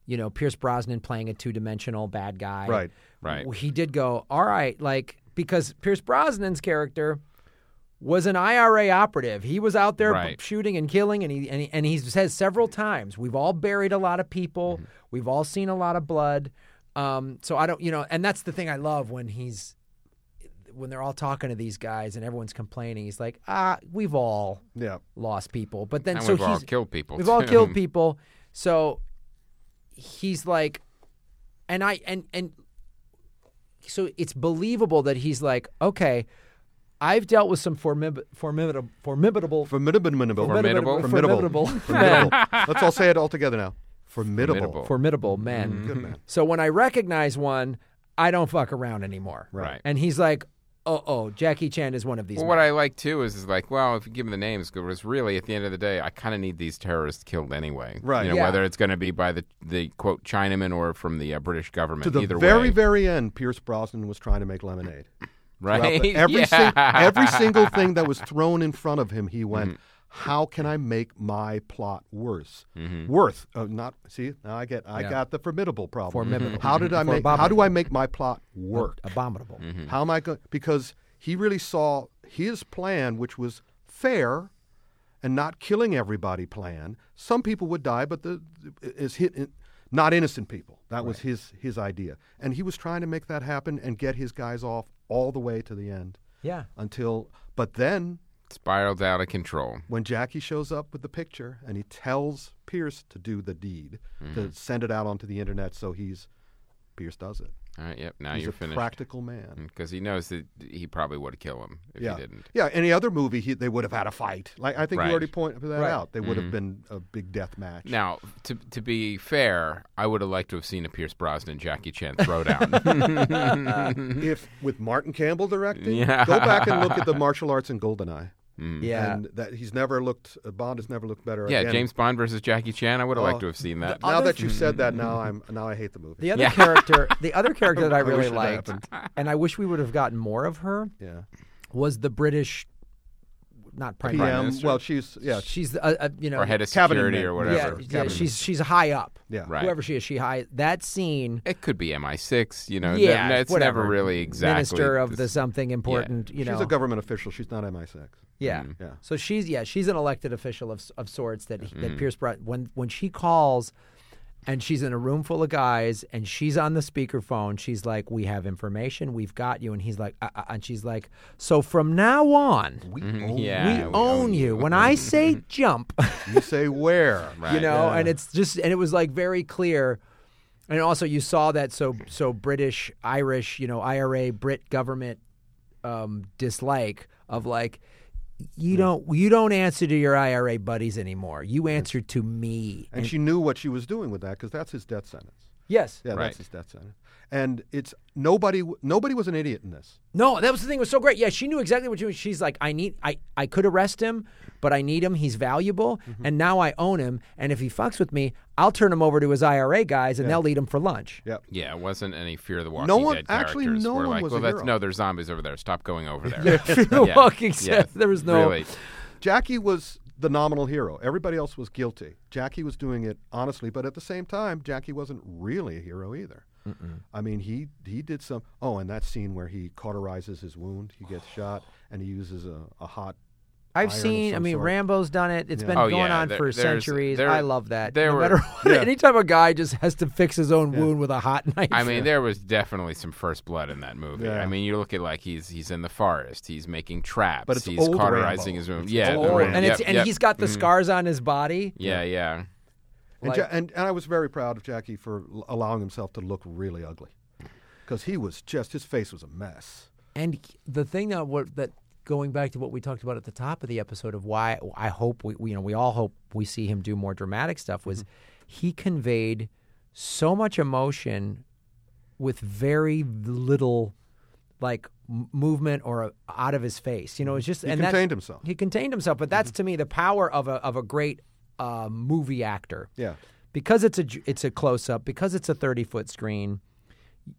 [SPEAKER 4] you know, Pierce Brosnan playing a two dimensional bad guy.
[SPEAKER 5] Right,
[SPEAKER 2] right.
[SPEAKER 4] He did go all right, like because Pierce Brosnan's character was an IRA operative. He was out there
[SPEAKER 2] Right.
[SPEAKER 4] shooting and killing, and he and he, and he says several times, "We've all buried a lot of people.
[SPEAKER 2] Mm-hmm.
[SPEAKER 4] We've all seen a lot of blood." Um, so I don't, you know, and that's the thing I love when he's when they're all talking to these guys and everyone's complaining. He's like, "Ah, we've all
[SPEAKER 5] Yeah.
[SPEAKER 4] lost people," but then
[SPEAKER 2] And
[SPEAKER 4] so
[SPEAKER 2] we've all
[SPEAKER 4] he's
[SPEAKER 2] killed people.
[SPEAKER 4] We've all
[SPEAKER 2] too.
[SPEAKER 4] killed people. So he's like, and I and and so it's believable that he's like, okay, I've dealt with some formib- formidable, formidable,
[SPEAKER 5] Formidable.
[SPEAKER 2] Formidable?
[SPEAKER 5] Formidable.
[SPEAKER 4] Formidable.
[SPEAKER 5] Formidable. Let's all say it all together now.
[SPEAKER 2] Formidable.
[SPEAKER 5] Formidable.
[SPEAKER 4] formidable men.
[SPEAKER 5] Mm-hmm. Good man.
[SPEAKER 4] So when I recognize one, I don't fuck around anymore.
[SPEAKER 2] Right.
[SPEAKER 4] And he's like, oh, oh, Jackie Chan is one of these.
[SPEAKER 2] Well,
[SPEAKER 4] men.
[SPEAKER 2] what I like too is, is like, well, if you give them the names, because really at the end of the day, I kind of need these terrorists killed anyway.
[SPEAKER 5] Right.
[SPEAKER 2] You know,
[SPEAKER 4] Yeah.
[SPEAKER 2] Whether it's going to be by the the quote Chinaman or from the uh, British government,
[SPEAKER 5] To the
[SPEAKER 2] either
[SPEAKER 5] very,
[SPEAKER 2] way,
[SPEAKER 5] very end, Pierce Brosnan was trying to make lemonade.
[SPEAKER 2] right?
[SPEAKER 5] Throughout the- every,
[SPEAKER 2] yeah. Mm-hmm.
[SPEAKER 5] sing- every single thing that was thrown in front of him, he went, "How can I make my plot worse?
[SPEAKER 2] Mm-hmm.
[SPEAKER 5] Worth? Uh, not see? Now I get, I got the formidable problem.
[SPEAKER 4] Formidable.
[SPEAKER 5] How did I make? How do I make my plot work?
[SPEAKER 4] abominable.
[SPEAKER 2] Mm. Mm-hmm.
[SPEAKER 5] How am I going? Because he really saw his plan, which was fair and not killing everybody plan. Some people would die, but the is hit not innocent people. That was his his idea, and he was trying to make that happen and get his guys off all the way to the end
[SPEAKER 4] Yeah.
[SPEAKER 5] until. But then
[SPEAKER 2] spiraled out of control.
[SPEAKER 5] when Jackie shows up with the picture and he tells Pierce to do the deed
[SPEAKER 2] Mm-hmm.
[SPEAKER 5] to send it out onto the internet, so he's Pierce does it.
[SPEAKER 2] All right. Yep. Now
[SPEAKER 5] He's
[SPEAKER 2] you're
[SPEAKER 5] a
[SPEAKER 2] finished.
[SPEAKER 5] practical man.
[SPEAKER 2] because he knows that he probably would kill him if he didn't.
[SPEAKER 5] Yeah, any other movie, he, they would have had a fight. Like I think
[SPEAKER 2] Right. Mm-hmm.
[SPEAKER 5] you already pointed that
[SPEAKER 4] Right.
[SPEAKER 5] out. They would have been a big death match.
[SPEAKER 2] Now, to to be fair, I would have liked to have seen a Pierce Brosnan Jackie Chan throwdown.
[SPEAKER 5] if with Martin Campbell directing,
[SPEAKER 2] Yeah.
[SPEAKER 5] go back and look at the martial arts in Goldeneye.
[SPEAKER 2] Mm.
[SPEAKER 4] Yeah.
[SPEAKER 5] And that he's never looked uh, Bond has never looked better.
[SPEAKER 2] yeah,
[SPEAKER 5] again.
[SPEAKER 2] James Bond versus Jackie Chan. I would have
[SPEAKER 5] Oh,
[SPEAKER 2] liked to have seen that.
[SPEAKER 5] Now that you said that, now
[SPEAKER 2] Mm-hmm.
[SPEAKER 5] I'm now I hate the movie.
[SPEAKER 4] The other
[SPEAKER 2] Yeah.
[SPEAKER 4] character, the other character that I
[SPEAKER 5] wish
[SPEAKER 4] really
[SPEAKER 5] it
[SPEAKER 4] liked, and I wish we would have gotten more of her,
[SPEAKER 5] yeah,
[SPEAKER 4] was the British, not prime
[SPEAKER 5] PM.
[SPEAKER 4] minister.
[SPEAKER 2] Minister?
[SPEAKER 5] Well, she's yeah, she,
[SPEAKER 4] She's uh, uh, you know
[SPEAKER 2] or head of
[SPEAKER 5] Cabinet
[SPEAKER 2] security
[SPEAKER 5] man.
[SPEAKER 2] or
[SPEAKER 4] yeah,
[SPEAKER 2] whatever.
[SPEAKER 4] yeah, she's she's high up.
[SPEAKER 5] yeah.
[SPEAKER 2] Right.
[SPEAKER 4] Whoever she is, she high. That scene,
[SPEAKER 2] It could be MI6. You know,
[SPEAKER 4] Yeah,
[SPEAKER 2] no- it's
[SPEAKER 4] whatever.
[SPEAKER 2] never really exactly
[SPEAKER 4] minister of
[SPEAKER 2] this-
[SPEAKER 4] the something important. You know,
[SPEAKER 5] She's a government official. She's not MI6.
[SPEAKER 4] Yeah.
[SPEAKER 5] Yeah.
[SPEAKER 4] So Mm-hmm. she's yeah, she's an elected official of of sorts that that Pierce brought when when she calls and she's in a room full of guys and she's on the speakerphone she's like we have information we've got you and he's like uh, uh, and she's like so from now on we,
[SPEAKER 2] Mm-hmm.
[SPEAKER 5] Oh.
[SPEAKER 2] yeah, we
[SPEAKER 4] own, you. Mm-hmm. when i say jump
[SPEAKER 5] You say where?
[SPEAKER 4] you know and it's just and it was like very clear and also you saw that so so british irish you know ira brit government um dislike of like you
[SPEAKER 5] Hmm.
[SPEAKER 4] don't you don't answer to your ira buddies anymore you answer to me
[SPEAKER 5] And she knew what she was doing with that because that's his death sentence.
[SPEAKER 4] yes
[SPEAKER 5] Yeah,
[SPEAKER 2] Right.
[SPEAKER 5] that's his death sentence. And it's nobody. w- Nobody was an idiot in this.
[SPEAKER 4] No, that was the thing. It was so great. Yeah, she knew exactly what she was. She's like, I need, I, I could arrest him, but I need him. He's valuable,
[SPEAKER 5] Mm-hmm.
[SPEAKER 4] and now I own him. And if he fucks with me, I'll turn him over to his IRA guys, and they'll eat him for lunch.
[SPEAKER 5] Yeah.
[SPEAKER 2] Yeah, it wasn't any Fear of the Walking
[SPEAKER 5] No one-
[SPEAKER 2] Dead
[SPEAKER 5] actually,
[SPEAKER 2] characters.
[SPEAKER 5] no
[SPEAKER 2] were
[SPEAKER 5] one
[SPEAKER 2] like,
[SPEAKER 5] was a
[SPEAKER 2] well, that's,
[SPEAKER 5] hero.
[SPEAKER 2] no, there's zombies over there. Stop going over there. Yeah.
[SPEAKER 4] Walking
[SPEAKER 2] Yeah.
[SPEAKER 4] Dead, there was no-
[SPEAKER 2] Really.
[SPEAKER 5] Jackie was the nominal hero. Everybody else was guilty. Jackie was doing it honestly, but at the same time, Jackie wasn't really a hero either. I mean, he he did some. Oh, and that scene where he cauterizes his wound, he gets shot, and he uses a, a hot.
[SPEAKER 4] I've
[SPEAKER 5] Iron of
[SPEAKER 4] seen. I
[SPEAKER 5] some
[SPEAKER 4] mean,
[SPEAKER 5] sort.
[SPEAKER 4] Rambo's done it. It's been
[SPEAKER 2] Oh,
[SPEAKER 4] going
[SPEAKER 2] yeah,
[SPEAKER 4] on
[SPEAKER 2] there-
[SPEAKER 4] for
[SPEAKER 2] there's-
[SPEAKER 4] centuries.
[SPEAKER 2] there-
[SPEAKER 4] I love that.
[SPEAKER 2] there
[SPEAKER 4] no
[SPEAKER 2] were-
[SPEAKER 4] matter what, anytime a guy just has to fix his own wound with a hot knife.
[SPEAKER 2] I mean, there was definitely some first blood in that movie.
[SPEAKER 5] Yeah.
[SPEAKER 2] I mean, you look at like he's he's in the forest, he's making traps,
[SPEAKER 5] But it's
[SPEAKER 2] he's
[SPEAKER 5] old
[SPEAKER 2] cauterizing
[SPEAKER 5] Rambo.
[SPEAKER 2] his
[SPEAKER 5] It's
[SPEAKER 2] wounds. Yeah, Mm.
[SPEAKER 5] old
[SPEAKER 2] the
[SPEAKER 5] Rambo.
[SPEAKER 2] Ram-
[SPEAKER 4] and it's
[SPEAKER 2] yep,
[SPEAKER 4] and
[SPEAKER 2] yep. Mm-hmm.
[SPEAKER 4] he's got the scars on his body.
[SPEAKER 2] yeah, yeah.
[SPEAKER 5] And,
[SPEAKER 4] Like-
[SPEAKER 5] Ja- and and I was very proud of Jackie for l- allowing himself to look really ugly, because he was just his face was a mess.
[SPEAKER 4] And the thing that what that going back to what we talked about at the top of the episode of why I hope we, we you know we all hope we see him do more dramatic stuff was
[SPEAKER 5] Mm-hmm.
[SPEAKER 4] he conveyed so much emotion with very little like m- movement or a, out of his face. You know, it's just
[SPEAKER 5] Mm-hmm. He
[SPEAKER 4] and that's-
[SPEAKER 5] contained himself. Mm-hmm.
[SPEAKER 4] He contained himself, but that's to me the power of a of a great uh, movie actor
[SPEAKER 5] Yeah.
[SPEAKER 4] because it's a j- it's a close up, because it's a thirty foot screen,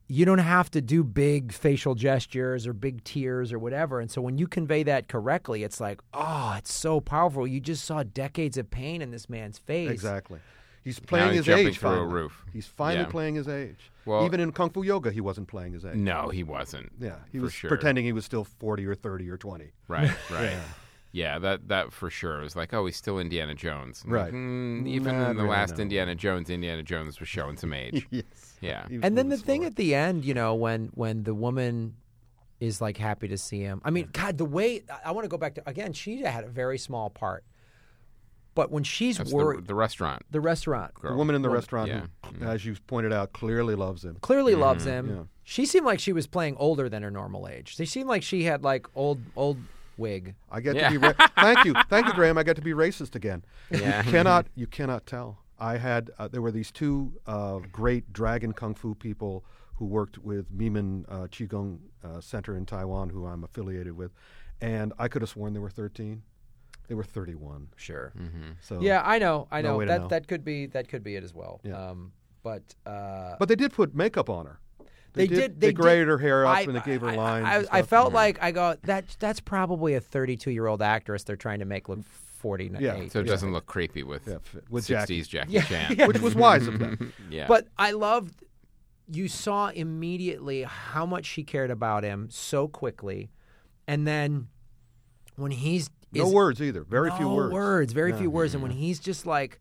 [SPEAKER 4] you don't have to do big facial gestures or big tears or whatever. And so when you convey that correctly, it's like, oh, it's so powerful. You just saw decades of pain in this man's face.
[SPEAKER 5] Exactly. He's playing
[SPEAKER 2] he's
[SPEAKER 5] his
[SPEAKER 2] jumping
[SPEAKER 5] age
[SPEAKER 2] through a
[SPEAKER 5] finally.
[SPEAKER 2] roof.
[SPEAKER 5] He's finally
[SPEAKER 2] Yeah.
[SPEAKER 5] playing his age.
[SPEAKER 2] Well-
[SPEAKER 5] Even in Kung Fu Yoga, he wasn't playing his age.
[SPEAKER 2] No, he wasn't.
[SPEAKER 5] Yeah, he
[SPEAKER 2] for
[SPEAKER 5] was
[SPEAKER 2] sure.
[SPEAKER 5] pretending he was still 40 or 30 or 20.
[SPEAKER 2] Right, right. yeah. that that for sure. It was like, oh, he's still Indiana Jones. I'm like,
[SPEAKER 5] Right.
[SPEAKER 2] "Mm, even
[SPEAKER 5] Not
[SPEAKER 2] in the
[SPEAKER 5] really,
[SPEAKER 2] last
[SPEAKER 5] no."
[SPEAKER 2] Indiana Jones, Indiana Jones was showing some age.
[SPEAKER 5] Yes.
[SPEAKER 2] yeah.
[SPEAKER 5] He was
[SPEAKER 4] And then the
[SPEAKER 5] moving
[SPEAKER 4] thing
[SPEAKER 5] slower.
[SPEAKER 4] at the end, you know, when when the woman is like happy to see him. I mean, God, the way I, I want to go back to again, she had a very small part, but when she's
[SPEAKER 2] That's
[SPEAKER 4] worried,
[SPEAKER 2] the,
[SPEAKER 4] the,
[SPEAKER 2] the restaurant.
[SPEAKER 4] restaurant
[SPEAKER 5] the woman in the restaurant,
[SPEAKER 2] yeah.
[SPEAKER 5] who, as you pointed out, clearly loves him.
[SPEAKER 4] clearly loves him. She seemed like she was playing older than her normal age. She seemed like she had like old old wig.
[SPEAKER 5] I get
[SPEAKER 2] Yeah.
[SPEAKER 5] to be. Ra- thank you, thank you, Graham. I get to be racist again.
[SPEAKER 2] Yeah.
[SPEAKER 5] You cannot. You cannot tell. I had. Uh, there were these two uh, great dragon kung fu people who worked with Miman uh, Qigong uh, Center in Taiwan, who I'm affiliated with, and I could have sworn they were 13. They were 31.
[SPEAKER 4] Sure.
[SPEAKER 5] So
[SPEAKER 4] Yeah, I know. I
[SPEAKER 5] No
[SPEAKER 4] know.
[SPEAKER 5] way to
[SPEAKER 4] that
[SPEAKER 5] know.
[SPEAKER 4] that could be that could be it as well.
[SPEAKER 5] Yeah.
[SPEAKER 4] Um, but uh,
[SPEAKER 5] but they did put makeup on her.
[SPEAKER 4] they, did, They
[SPEAKER 5] They graded
[SPEAKER 4] did-
[SPEAKER 5] her hair up
[SPEAKER 4] I-
[SPEAKER 5] and they gave her
[SPEAKER 4] I-
[SPEAKER 5] lines.
[SPEAKER 4] I,
[SPEAKER 5] and
[SPEAKER 4] I
[SPEAKER 5] stuff. Mm-hmm.
[SPEAKER 4] felt like I go that that's probably a 32 year old actress they're trying to make look 48.
[SPEAKER 5] Yeah,
[SPEAKER 2] So it doesn't look creepy with,
[SPEAKER 5] Yeah, fit- with
[SPEAKER 2] 60s
[SPEAKER 5] Jackie.
[SPEAKER 2] Jackie, Chan.
[SPEAKER 5] which was wise of them.
[SPEAKER 2] Yeah.
[SPEAKER 4] But I loved you saw immediately how much she cared about him so quickly, and then when he's
[SPEAKER 5] No
[SPEAKER 4] is-
[SPEAKER 5] words either. Very few
[SPEAKER 4] No
[SPEAKER 5] words. Mm-hmm.
[SPEAKER 4] very few words. And when he's just like,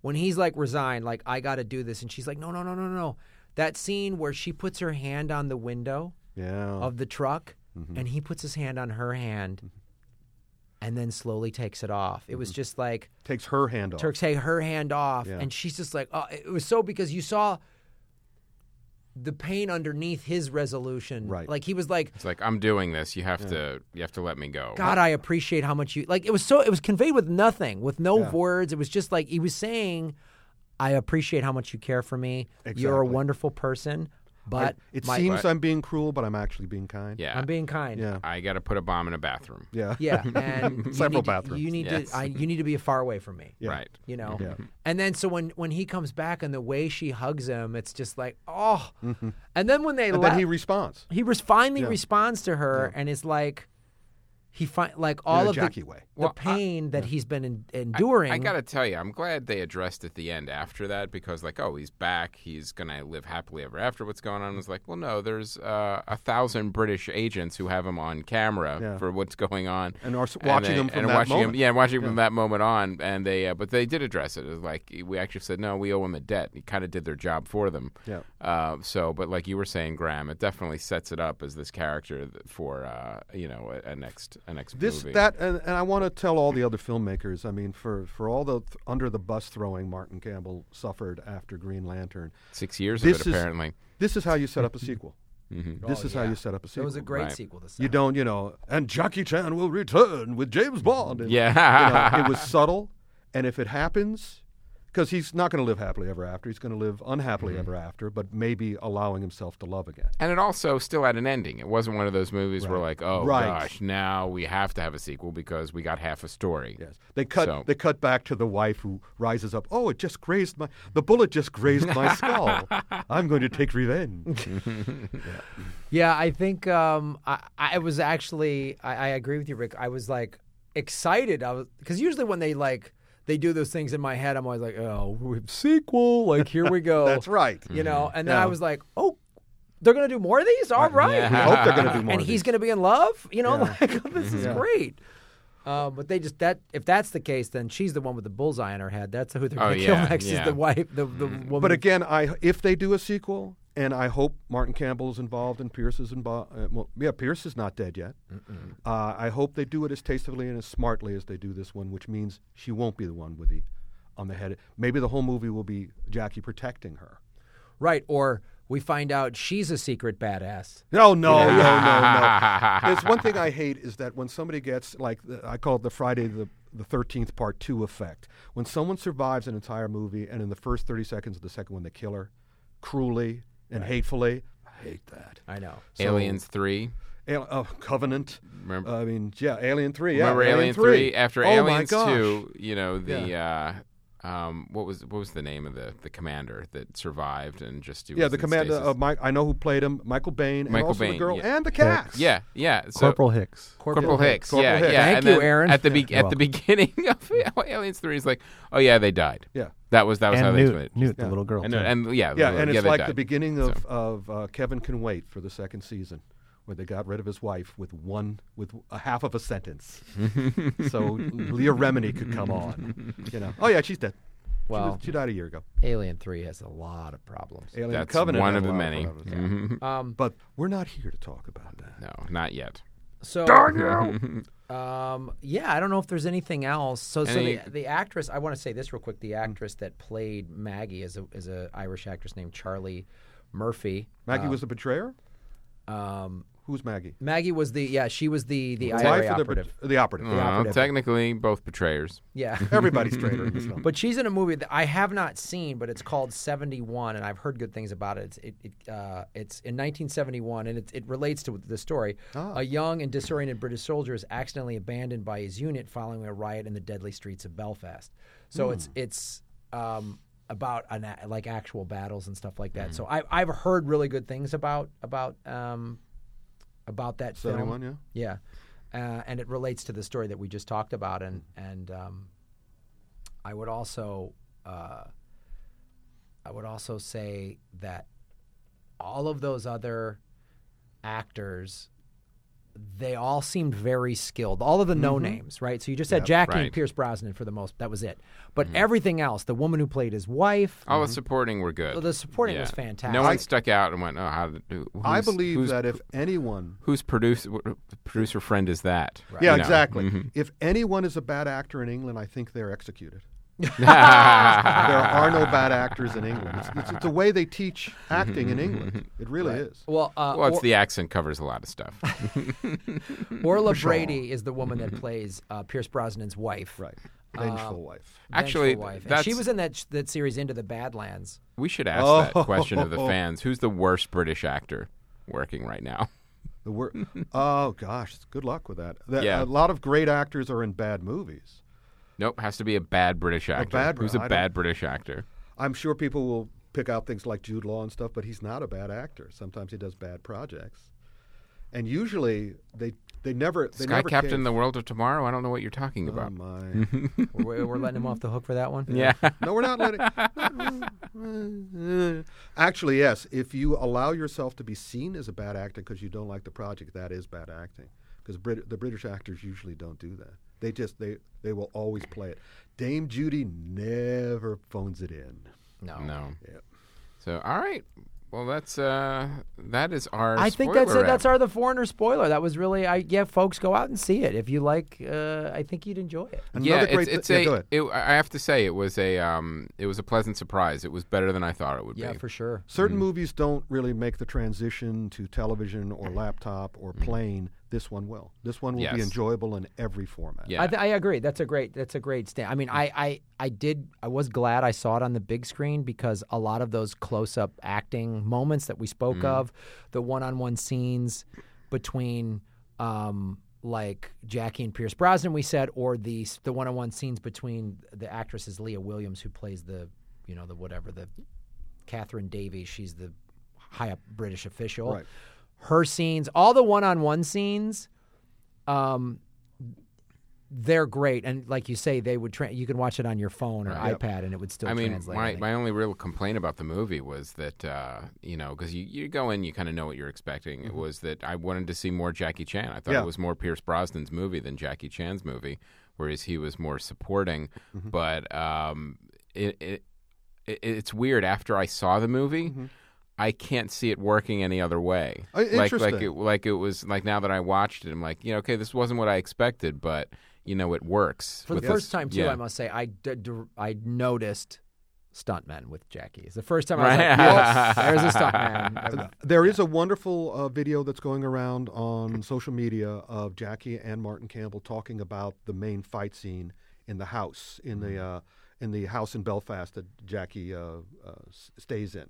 [SPEAKER 4] when he's like resigned, like I got to do this, and she's like, no, no, no, no, no. That scene where she puts her hand on the window
[SPEAKER 5] Yeah.
[SPEAKER 4] of the truck,
[SPEAKER 5] Mm-hmm.
[SPEAKER 4] and he puts his hand on her hand, and then slowly takes it off. It was just like
[SPEAKER 5] Takes her hand Mm-hmm. off.
[SPEAKER 4] Turks take her hand off,
[SPEAKER 5] Yeah.
[SPEAKER 4] and she's just like, oh, it was so because you saw the pain underneath his resolution.
[SPEAKER 5] Right.
[SPEAKER 4] Like he was like,
[SPEAKER 2] it's like I'm doing this. You have to you have to let me go.
[SPEAKER 4] God, I appreciate how much you like. It was so. It was conveyed with nothing, with no words. It was just like he was saying, "I appreciate how much you care for me. You're a
[SPEAKER 5] Exactly.
[SPEAKER 4] wonderful person, but
[SPEAKER 5] it
[SPEAKER 4] my-
[SPEAKER 5] seems I'm being cruel, but I'm actually being kind.
[SPEAKER 2] Yeah.
[SPEAKER 4] I'm being kind.
[SPEAKER 5] Yeah.
[SPEAKER 2] I got to put a bomb in a bathroom.
[SPEAKER 5] Yeah.
[SPEAKER 4] yeah. And you
[SPEAKER 5] Several
[SPEAKER 4] need to-
[SPEAKER 5] bathrooms.
[SPEAKER 4] You need
[SPEAKER 2] Yes.
[SPEAKER 4] to. I, you need to be far away from me.
[SPEAKER 2] Right.
[SPEAKER 4] You know.
[SPEAKER 5] Yeah.
[SPEAKER 4] And then so when when he comes back and the way she hugs him, it's just like oh. And then when they
[SPEAKER 5] Mm-hmm. And
[SPEAKER 4] left,
[SPEAKER 5] then he responds.
[SPEAKER 4] he res- finally responds to her and is like He find like all
[SPEAKER 5] a
[SPEAKER 4] of
[SPEAKER 5] Jackie
[SPEAKER 4] the,
[SPEAKER 5] way.
[SPEAKER 4] the
[SPEAKER 2] Well, I-
[SPEAKER 4] pain that he's been en- enduring.
[SPEAKER 2] I gotta tell you, I'm glad they addressed at the end after that because, like, oh, he's back. He's gonna live happily ever after. What's going on? It's like, well, no, there's uh, a thousand British agents who have him on camera
[SPEAKER 5] Yeah.
[SPEAKER 2] for what's going on
[SPEAKER 5] And are s- watching him from
[SPEAKER 2] and
[SPEAKER 5] that
[SPEAKER 2] watching him-
[SPEAKER 5] moment.
[SPEAKER 2] yeah, and watching him from that moment on. And they, uh, but they did address it. It was like we actually said, no, we owe him a debt. He kind of did their job for them.
[SPEAKER 5] Yeah.
[SPEAKER 2] Uh, so, but like you were saying, Graham, it definitely sets it up as this character th- for uh, you know a, a next a next
[SPEAKER 5] this
[SPEAKER 2] movie.
[SPEAKER 5] that and, and i want to tell all the other filmmakers i mean for for all the th- under the bus throwing martin campbell suffered after green lantern
[SPEAKER 2] six years
[SPEAKER 5] this
[SPEAKER 2] of
[SPEAKER 5] is-
[SPEAKER 2] it apparently.
[SPEAKER 5] this is how you set up a sequel
[SPEAKER 2] Mm-hmm.
[SPEAKER 5] this
[SPEAKER 4] Oh,
[SPEAKER 5] is how
[SPEAKER 4] yeah.
[SPEAKER 5] you set up a
[SPEAKER 4] It
[SPEAKER 5] sequel
[SPEAKER 4] was a great
[SPEAKER 2] Right.
[SPEAKER 4] sequel to
[SPEAKER 5] you
[SPEAKER 4] Silent
[SPEAKER 5] don't you know and jackie chan will return with james bond And,
[SPEAKER 2] Yeah.
[SPEAKER 5] you know, it was subtle and if it happens because he's not going to live happily ever after he's going to live unhappily
[SPEAKER 2] Mm-hmm.
[SPEAKER 5] ever after but maybe allowing himself to love again
[SPEAKER 2] And it also still had an ending. It wasn't one of those movies where like, oh
[SPEAKER 5] Right.
[SPEAKER 2] gosh, now we have to have a sequel because we got half a story.
[SPEAKER 5] Yes, they cut.
[SPEAKER 2] So-
[SPEAKER 5] They cut back to the wife who rises up. Oh, it just grazed my. The bullet just grazed my skull. I'm going to take revenge.
[SPEAKER 4] Yeah, I think um, I, I was actually I, I agree with you, Rick. I was like excited. I was because usually when they like they do those things in my head, I'm always like, oh, we have sequel. Like here we go.
[SPEAKER 5] That's right.
[SPEAKER 4] You know, and then
[SPEAKER 5] Yeah.
[SPEAKER 4] I was like, oh, they're gonna do more of these. All right.
[SPEAKER 5] I hope they're going to do more.
[SPEAKER 4] And he's
[SPEAKER 5] of these.
[SPEAKER 4] gonna be in love. You know,
[SPEAKER 5] Yeah.
[SPEAKER 4] like this is
[SPEAKER 5] Yeah.
[SPEAKER 4] great. Uh, but they just that if that's the case, then she's the one with the bullseye on her head. That's who they're
[SPEAKER 2] Oh,
[SPEAKER 4] gonna
[SPEAKER 2] yeah,
[SPEAKER 4] kill next.
[SPEAKER 2] yeah.
[SPEAKER 4] Is the wife, the the woman.
[SPEAKER 5] But again, I if they do a sequel, and I hope Martin Campbell is involved and Pierce is involved. Uh, well, yeah, Pierce is not dead yet. Uh, I hope they do it as tastefully and as smartly as they do this one, which means she won't be the one with the on the head. Maybe the whole movie will be Jackie protecting her.
[SPEAKER 4] right? Or we find out she's a secret badass.
[SPEAKER 5] No, Oh, no, no, no, no. There's one thing I hate is that when somebody gets like the, I call it the Friday the the thirteenth part two effect. When someone survives an entire movie and in the first thirty seconds of the second one they kill her, cruelly and hatefully. I hate that.
[SPEAKER 4] I know.
[SPEAKER 2] Aliens three.
[SPEAKER 5] Al- oh, Covenant.
[SPEAKER 2] Remember-
[SPEAKER 5] I mean, yeah, Alien Three. Yeah,
[SPEAKER 2] Remember Alien three? After
[SPEAKER 5] oh my
[SPEAKER 2] Aliens
[SPEAKER 5] gosh.
[SPEAKER 2] two, you know the. Uh, um, what was what was the name of the, the commander that survived and just he
[SPEAKER 5] Yeah,
[SPEAKER 2] was
[SPEAKER 5] the
[SPEAKER 2] in
[SPEAKER 5] commander
[SPEAKER 2] stasis?
[SPEAKER 5] of Mike. I know who played him. Michael Bain. and
[SPEAKER 2] Michael
[SPEAKER 5] also
[SPEAKER 2] Biehn,
[SPEAKER 5] the girl
[SPEAKER 2] yeah.
[SPEAKER 5] and the cats.
[SPEAKER 2] yeah yeah so,
[SPEAKER 6] Corporal Hicks.
[SPEAKER 2] Corporal Hicks,
[SPEAKER 5] Corporal
[SPEAKER 2] yeah
[SPEAKER 5] Hicks.
[SPEAKER 2] yeah
[SPEAKER 4] Thank
[SPEAKER 2] and
[SPEAKER 4] you,
[SPEAKER 2] then
[SPEAKER 4] Aaron.
[SPEAKER 2] at the be-
[SPEAKER 6] You're
[SPEAKER 2] at the beginning of Aliens three is like oh yeah they died
[SPEAKER 5] Yeah.
[SPEAKER 2] that was that was how
[SPEAKER 6] And
[SPEAKER 2] they
[SPEAKER 6] Newt,
[SPEAKER 2] did it
[SPEAKER 6] Newt, the little girl.
[SPEAKER 2] and, uh,
[SPEAKER 6] too.
[SPEAKER 2] and yeah
[SPEAKER 5] Yeah, and it's
[SPEAKER 2] they
[SPEAKER 5] like
[SPEAKER 2] died.
[SPEAKER 5] the beginning of, of uh, Kevin Can Wait for the second season, where they got rid of his wife with one with a half of a sentence, so Leah Remini could come on. You know, oh yeah, she's dead. She was-
[SPEAKER 4] Well-
[SPEAKER 5] she, died a year ago.
[SPEAKER 4] Alien Three has a lot of problems.
[SPEAKER 5] Alien
[SPEAKER 2] That's
[SPEAKER 5] Covenant
[SPEAKER 2] one of
[SPEAKER 5] had a
[SPEAKER 2] the
[SPEAKER 5] lot
[SPEAKER 2] many.
[SPEAKER 5] problems.
[SPEAKER 2] Mhm.
[SPEAKER 5] But we're not here to talk about that.
[SPEAKER 2] No, not yet.
[SPEAKER 4] So um, yeah, I don't know if there's anything else. So, so
[SPEAKER 2] Any-
[SPEAKER 4] the, the actress, I want to say this real quick. The actress that played Maggie is a is a Irish actress named Charlie Murphy.
[SPEAKER 2] Uh,
[SPEAKER 5] Maggie was the betrayer.
[SPEAKER 4] Um,
[SPEAKER 5] Who's Maggie?
[SPEAKER 4] Maggie was the yeah, she was the the
[SPEAKER 5] Wife
[SPEAKER 4] IRA
[SPEAKER 5] or the bet-
[SPEAKER 4] operative.
[SPEAKER 5] the operative.
[SPEAKER 2] Well, technically, both betrayers.
[SPEAKER 4] yeah.
[SPEAKER 5] Everybody's traitor in this film.
[SPEAKER 4] But she's in a movie that I have not seen, but it's called 71, and I've heard good things about it. It's, it, it, uh, it's in 1971, and it, it relates to the story. A young and disoriented British soldier is accidentally abandoned by his unit following a riot in the deadly streets of Belfast. So it's it's um, about an, a- like actual battles and stuff like that. So I, I've heard really good things about about um, about that film.
[SPEAKER 5] 71, yeah.
[SPEAKER 4] Yeah, uh, and it relates to the story that we just talked about, and and um, I would also uh, I would also say that all of those other actors. They all seemed very skilled. All of the no names, right? So you just had
[SPEAKER 2] Mm-hmm.
[SPEAKER 4] Jackie
[SPEAKER 2] Right. Mm-hmm.
[SPEAKER 4] and Pierce Brosnan for the most. That was it. But everything else, the woman who played his wife,
[SPEAKER 2] All the supporting were good.
[SPEAKER 4] Mm-hmm. Well, the supporting was
[SPEAKER 2] Oh, No
[SPEAKER 4] fantastic.
[SPEAKER 2] one
[SPEAKER 4] I-
[SPEAKER 2] stuck out and went, "Oh, how did who, who's,
[SPEAKER 5] I believe
[SPEAKER 2] who's,
[SPEAKER 5] that if anyone
[SPEAKER 2] who's producer producer friend is that?"
[SPEAKER 5] Yeah,
[SPEAKER 2] You know. Mm-hmm.
[SPEAKER 5] exactly. If anyone is a bad actor in England, I think they're executed. there are no bad actors in England. It's, it's, it's the way they teach
[SPEAKER 2] Mm-hmm.
[SPEAKER 5] acting in England. It really is.
[SPEAKER 4] well, uh,
[SPEAKER 2] Well, it's
[SPEAKER 4] Or-
[SPEAKER 2] the accent covers a lot of stuff.
[SPEAKER 4] Orla Brady is the woman
[SPEAKER 2] Mm-hmm.
[SPEAKER 4] that plays uh, Pierce Brosnan's wife.
[SPEAKER 5] Right.
[SPEAKER 2] Um,
[SPEAKER 5] Vengeful wife.
[SPEAKER 4] Vengeful
[SPEAKER 2] Actually,
[SPEAKER 4] wife. And
[SPEAKER 2] that's-
[SPEAKER 4] she was in that that series Into the Badlands.
[SPEAKER 2] we should ask
[SPEAKER 5] Oh.
[SPEAKER 2] that question of the fans: Who's the worst British actor working right now?
[SPEAKER 5] The wor- oh gosh, good luck with that. That-
[SPEAKER 2] Yeah.
[SPEAKER 5] A lot of great actors are in bad movies.
[SPEAKER 2] Nope, has to be a bad British actor.
[SPEAKER 5] bad-
[SPEAKER 2] who's a
[SPEAKER 5] I don't-
[SPEAKER 2] bad British actor?
[SPEAKER 5] I'm sure people will pick out things like Jude Law and stuff, but he's not a bad actor. Sometimes he does bad projects, and usually they They never. They
[SPEAKER 2] Sky
[SPEAKER 5] never
[SPEAKER 2] Captain,
[SPEAKER 5] came-
[SPEAKER 2] the Hmm. world of tomorrow. I don't know what you're talking
[SPEAKER 5] Oh
[SPEAKER 2] about.
[SPEAKER 5] my.
[SPEAKER 4] we're, we're letting him off the hook for that one.
[SPEAKER 2] yeah.
[SPEAKER 5] No, we're not letting. Actually, yes. If you allow yourself to be seen as a bad actor because you don't like the project, that is bad acting. Because Brit- the British actors usually don't do that. They just they they will always play it. Dame Judy never phones it in.
[SPEAKER 4] No.
[SPEAKER 2] no.
[SPEAKER 5] Yep.
[SPEAKER 2] So all right. Well, that's uh, that is our.
[SPEAKER 4] I think that's
[SPEAKER 2] spoiler
[SPEAKER 4] it. That's
[SPEAKER 2] wrap.
[SPEAKER 4] our the foreigner spoiler. That was really I yeah, folks go out and see it if you like. Uh, I think you'd enjoy it.
[SPEAKER 2] Yeah,
[SPEAKER 5] Another
[SPEAKER 2] it's,
[SPEAKER 5] great. thi-
[SPEAKER 2] it's
[SPEAKER 5] yeah,
[SPEAKER 2] a.
[SPEAKER 5] go ahead.
[SPEAKER 2] it- I have to say, it was a. Um, it was a pleasant surprise. It was better than I thought it would
[SPEAKER 4] Yeah,
[SPEAKER 2] be.
[SPEAKER 4] for sure.
[SPEAKER 5] Certain movies don't really make the transition to television or laptop or plane. This one will. This one will
[SPEAKER 2] Yes.
[SPEAKER 5] be enjoyable in every format.
[SPEAKER 2] Yeah.
[SPEAKER 4] I, th- I agree. That's a great. That's a great stand. I mean, I, I, I did. I was glad I saw it on the big screen because a lot of those close-up acting moments that we spoke of, the one-on-one scenes between, um, like Jackie and Pierce Brosnan, we said, or the the one-on-one scenes between the actresses Leah Williams, who plays the, you know, the whatever the, Catherine Davies. She's the high up British official.
[SPEAKER 5] Right.
[SPEAKER 4] Her scenes, all the one-on-one scenes. Um, they're great, and like you say, they would. Tra- you can watch it on your phone or iPad, and it would still.
[SPEAKER 2] I mean,
[SPEAKER 4] translate,
[SPEAKER 2] my,
[SPEAKER 4] think.
[SPEAKER 2] my only real complaint about the movie was that, uh, you know, because you, you go in, you kind of know what you're expecting. It was that I wanted to see more Jackie Chan. I thought
[SPEAKER 5] Yeah.
[SPEAKER 2] it was more Pierce Brosnan's movie than Jackie Chan's movie, whereas he was more supporting. But um, it, it, it it's weird. After I saw the movie, I can't see it working any other way.
[SPEAKER 5] Oh,
[SPEAKER 2] like like
[SPEAKER 5] interesting.
[SPEAKER 2] it like it was like now that I watched it, I'm like, you know, okay, this wasn't what I expected, but you know, it works
[SPEAKER 4] for the
[SPEAKER 2] with
[SPEAKER 4] first
[SPEAKER 2] this-
[SPEAKER 4] time too.
[SPEAKER 2] yeah.
[SPEAKER 4] I must say, I, d- d- I noticed stuntmen with Jackie. It's the first time I was
[SPEAKER 2] Right.
[SPEAKER 4] like, yes, there's a stuntman.
[SPEAKER 5] There is a wonderful uh, video that's going around on social media of Jackie and Martin Campbell talking about the main fight scene in the house in the uh, in the house in Belfast that Jackie uh, uh, s- stays in,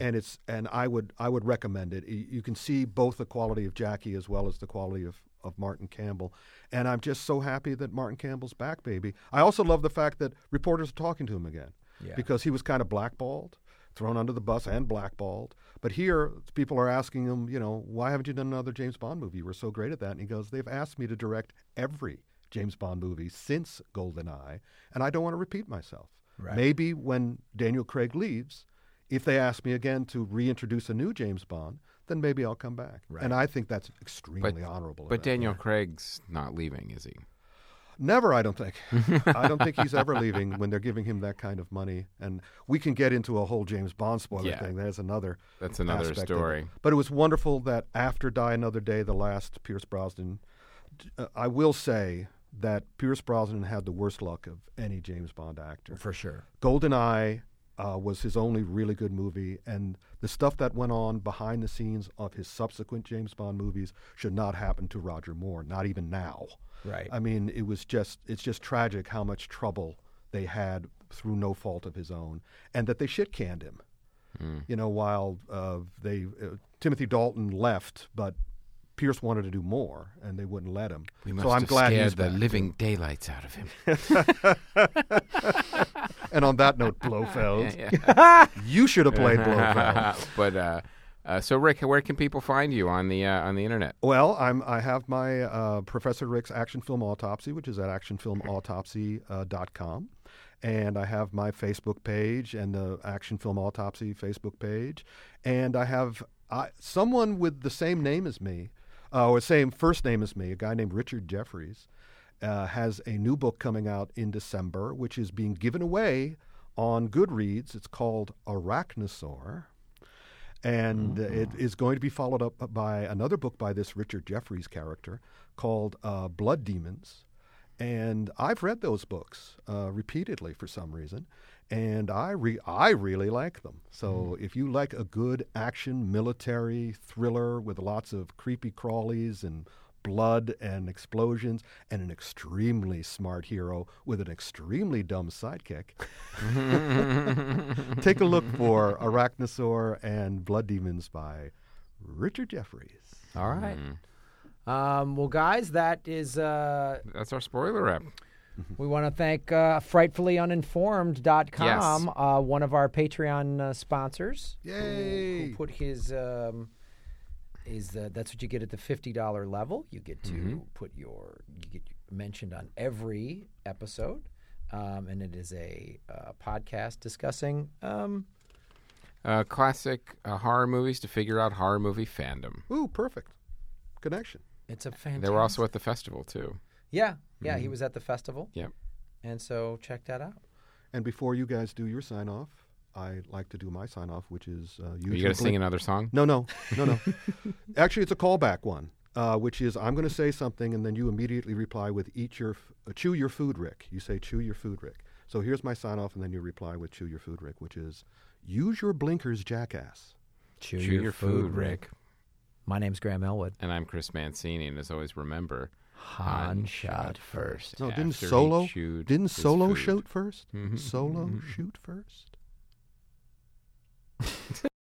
[SPEAKER 5] and it's and I would I would recommend it. Y- You can see both the quality of Jackie as well as the quality of of Martin Campbell, and I'm just so happy that Martin Campbell's back, baby. I also love the fact that reporters are talking to him again because he was kind of blackballed, thrown under the bus and blackballed. But here, people are asking him, you know, why haven't you done another James Bond movie? You were so great at that. And he goes, they've asked me to direct every James Bond movie since GoldenEye, and I don't want to repeat myself. Maybe when Daniel Craig leaves, if they ask me again to reintroduce a new James Bond, then maybe I'll come back. And I think that's extremely honorable. of
[SPEAKER 2] But
[SPEAKER 5] him.
[SPEAKER 2] Daniel Craig's not leaving, is he?
[SPEAKER 5] Never, I don't think. I don't think he's ever leaving when they're giving him that kind of money. And we can get into a whole James Bond spoiler
[SPEAKER 2] Yeah.
[SPEAKER 5] thing. There's another.
[SPEAKER 2] That's another
[SPEAKER 5] aspect of it.
[SPEAKER 2] story.
[SPEAKER 5] But it was wonderful that after Die Another Day, the last Pierce Brosnan. Uh, I will say that Pierce Brosnan had the worst luck of any James Bond actor.
[SPEAKER 4] For sure.
[SPEAKER 5] Goldeneye uh, was his only really good movie, and the stuff that went on behind the scenes of his subsequent James Bond movies should not happen to Roger Moore, not even now.
[SPEAKER 4] Right.
[SPEAKER 5] I mean, it was just it's just tragic how much trouble they had through no fault of his own, and that they shit canned him.
[SPEAKER 2] Hmm.
[SPEAKER 5] You know, while uh, they uh, Timothy Dalton left, but Pierce wanted to do more, and they wouldn't let him.
[SPEAKER 2] We must
[SPEAKER 5] so I'm
[SPEAKER 2] have
[SPEAKER 5] glad
[SPEAKER 2] scared
[SPEAKER 5] he's
[SPEAKER 2] the
[SPEAKER 5] back.
[SPEAKER 2] living daylights out of him.
[SPEAKER 5] And on that note, Blofeld, you should have played Blofeld.
[SPEAKER 2] but uh, uh, so, Rick, where can people find you on the uh, on the internet?
[SPEAKER 5] Well, I'm, I have my uh, Professor Rick's Action Film Autopsy, which is at actionfilmautopsy.com. And I have my Facebook page and the Action Film Autopsy Facebook page. And I have I, someone with the same name as me, uh, or same first name as me, a guy named Richard Jeffries, uh, has a new book coming out in December, which is being given away on Goodreads. It's called Arachnosaur and uh, it is going to be followed up by another book by this Richard Jeffries character called uh, Blood Demons. And I've read those books uh, repeatedly for some reason, and I re- I really like them. So if you like a good action military thriller with lots of creepy crawlies and blood and explosions and an extremely smart hero with an extremely dumb sidekick, Take a look for Arachnosaur and Blood Demons by Richard Jeffries.
[SPEAKER 4] All right. Um, well, guys, that is. Uh,
[SPEAKER 2] That's our spoiler wrap.
[SPEAKER 4] We want to thank uh, frightfullyuninformed.com,
[SPEAKER 2] Yes.
[SPEAKER 4] uh, one of our Patreon uh, sponsors,
[SPEAKER 5] Yay!
[SPEAKER 4] who put his um, is the that's what you get at the fifty dollar level. You get to
[SPEAKER 2] Mm-hmm.
[SPEAKER 4] put your you get mentioned on every episode, um, and it is a uh, podcast discussing. Um,
[SPEAKER 2] Uh, classic uh, horror movies to figure out horror movie fandom.
[SPEAKER 5] Ooh, perfect connection.
[SPEAKER 4] it's a fantastic.
[SPEAKER 2] They were also at the festival too.
[SPEAKER 4] yeah yeah he was at the festival
[SPEAKER 2] Yep.
[SPEAKER 4] and so check that out.
[SPEAKER 5] And before you guys do your sign off, I like to do my sign off, which is uh,
[SPEAKER 2] Are you gonna sing another song?
[SPEAKER 5] No, no, no, no. Actually, it's a callback one, uh, which is I'm going to say something, and then you immediately reply with "Eat your, f- uh, chew your food, Rick." You say "Chew your food, Rick." So here's my sign off, and then you reply with "Chew your food, Rick," which is "Use your blinkers, jackass."
[SPEAKER 4] Chew,
[SPEAKER 2] Chew your food, Rick.
[SPEAKER 4] My name's Graham Elwood.
[SPEAKER 2] And I'm Chris Mancini, and as always, remember.
[SPEAKER 4] Han shot first.
[SPEAKER 5] No, didn't
[SPEAKER 2] After he
[SPEAKER 5] solo
[SPEAKER 2] chewed
[SPEAKER 5] didn't
[SPEAKER 2] his Mm-hmm.
[SPEAKER 5] solo
[SPEAKER 2] food.
[SPEAKER 5] shoot 1st Solo shoot first.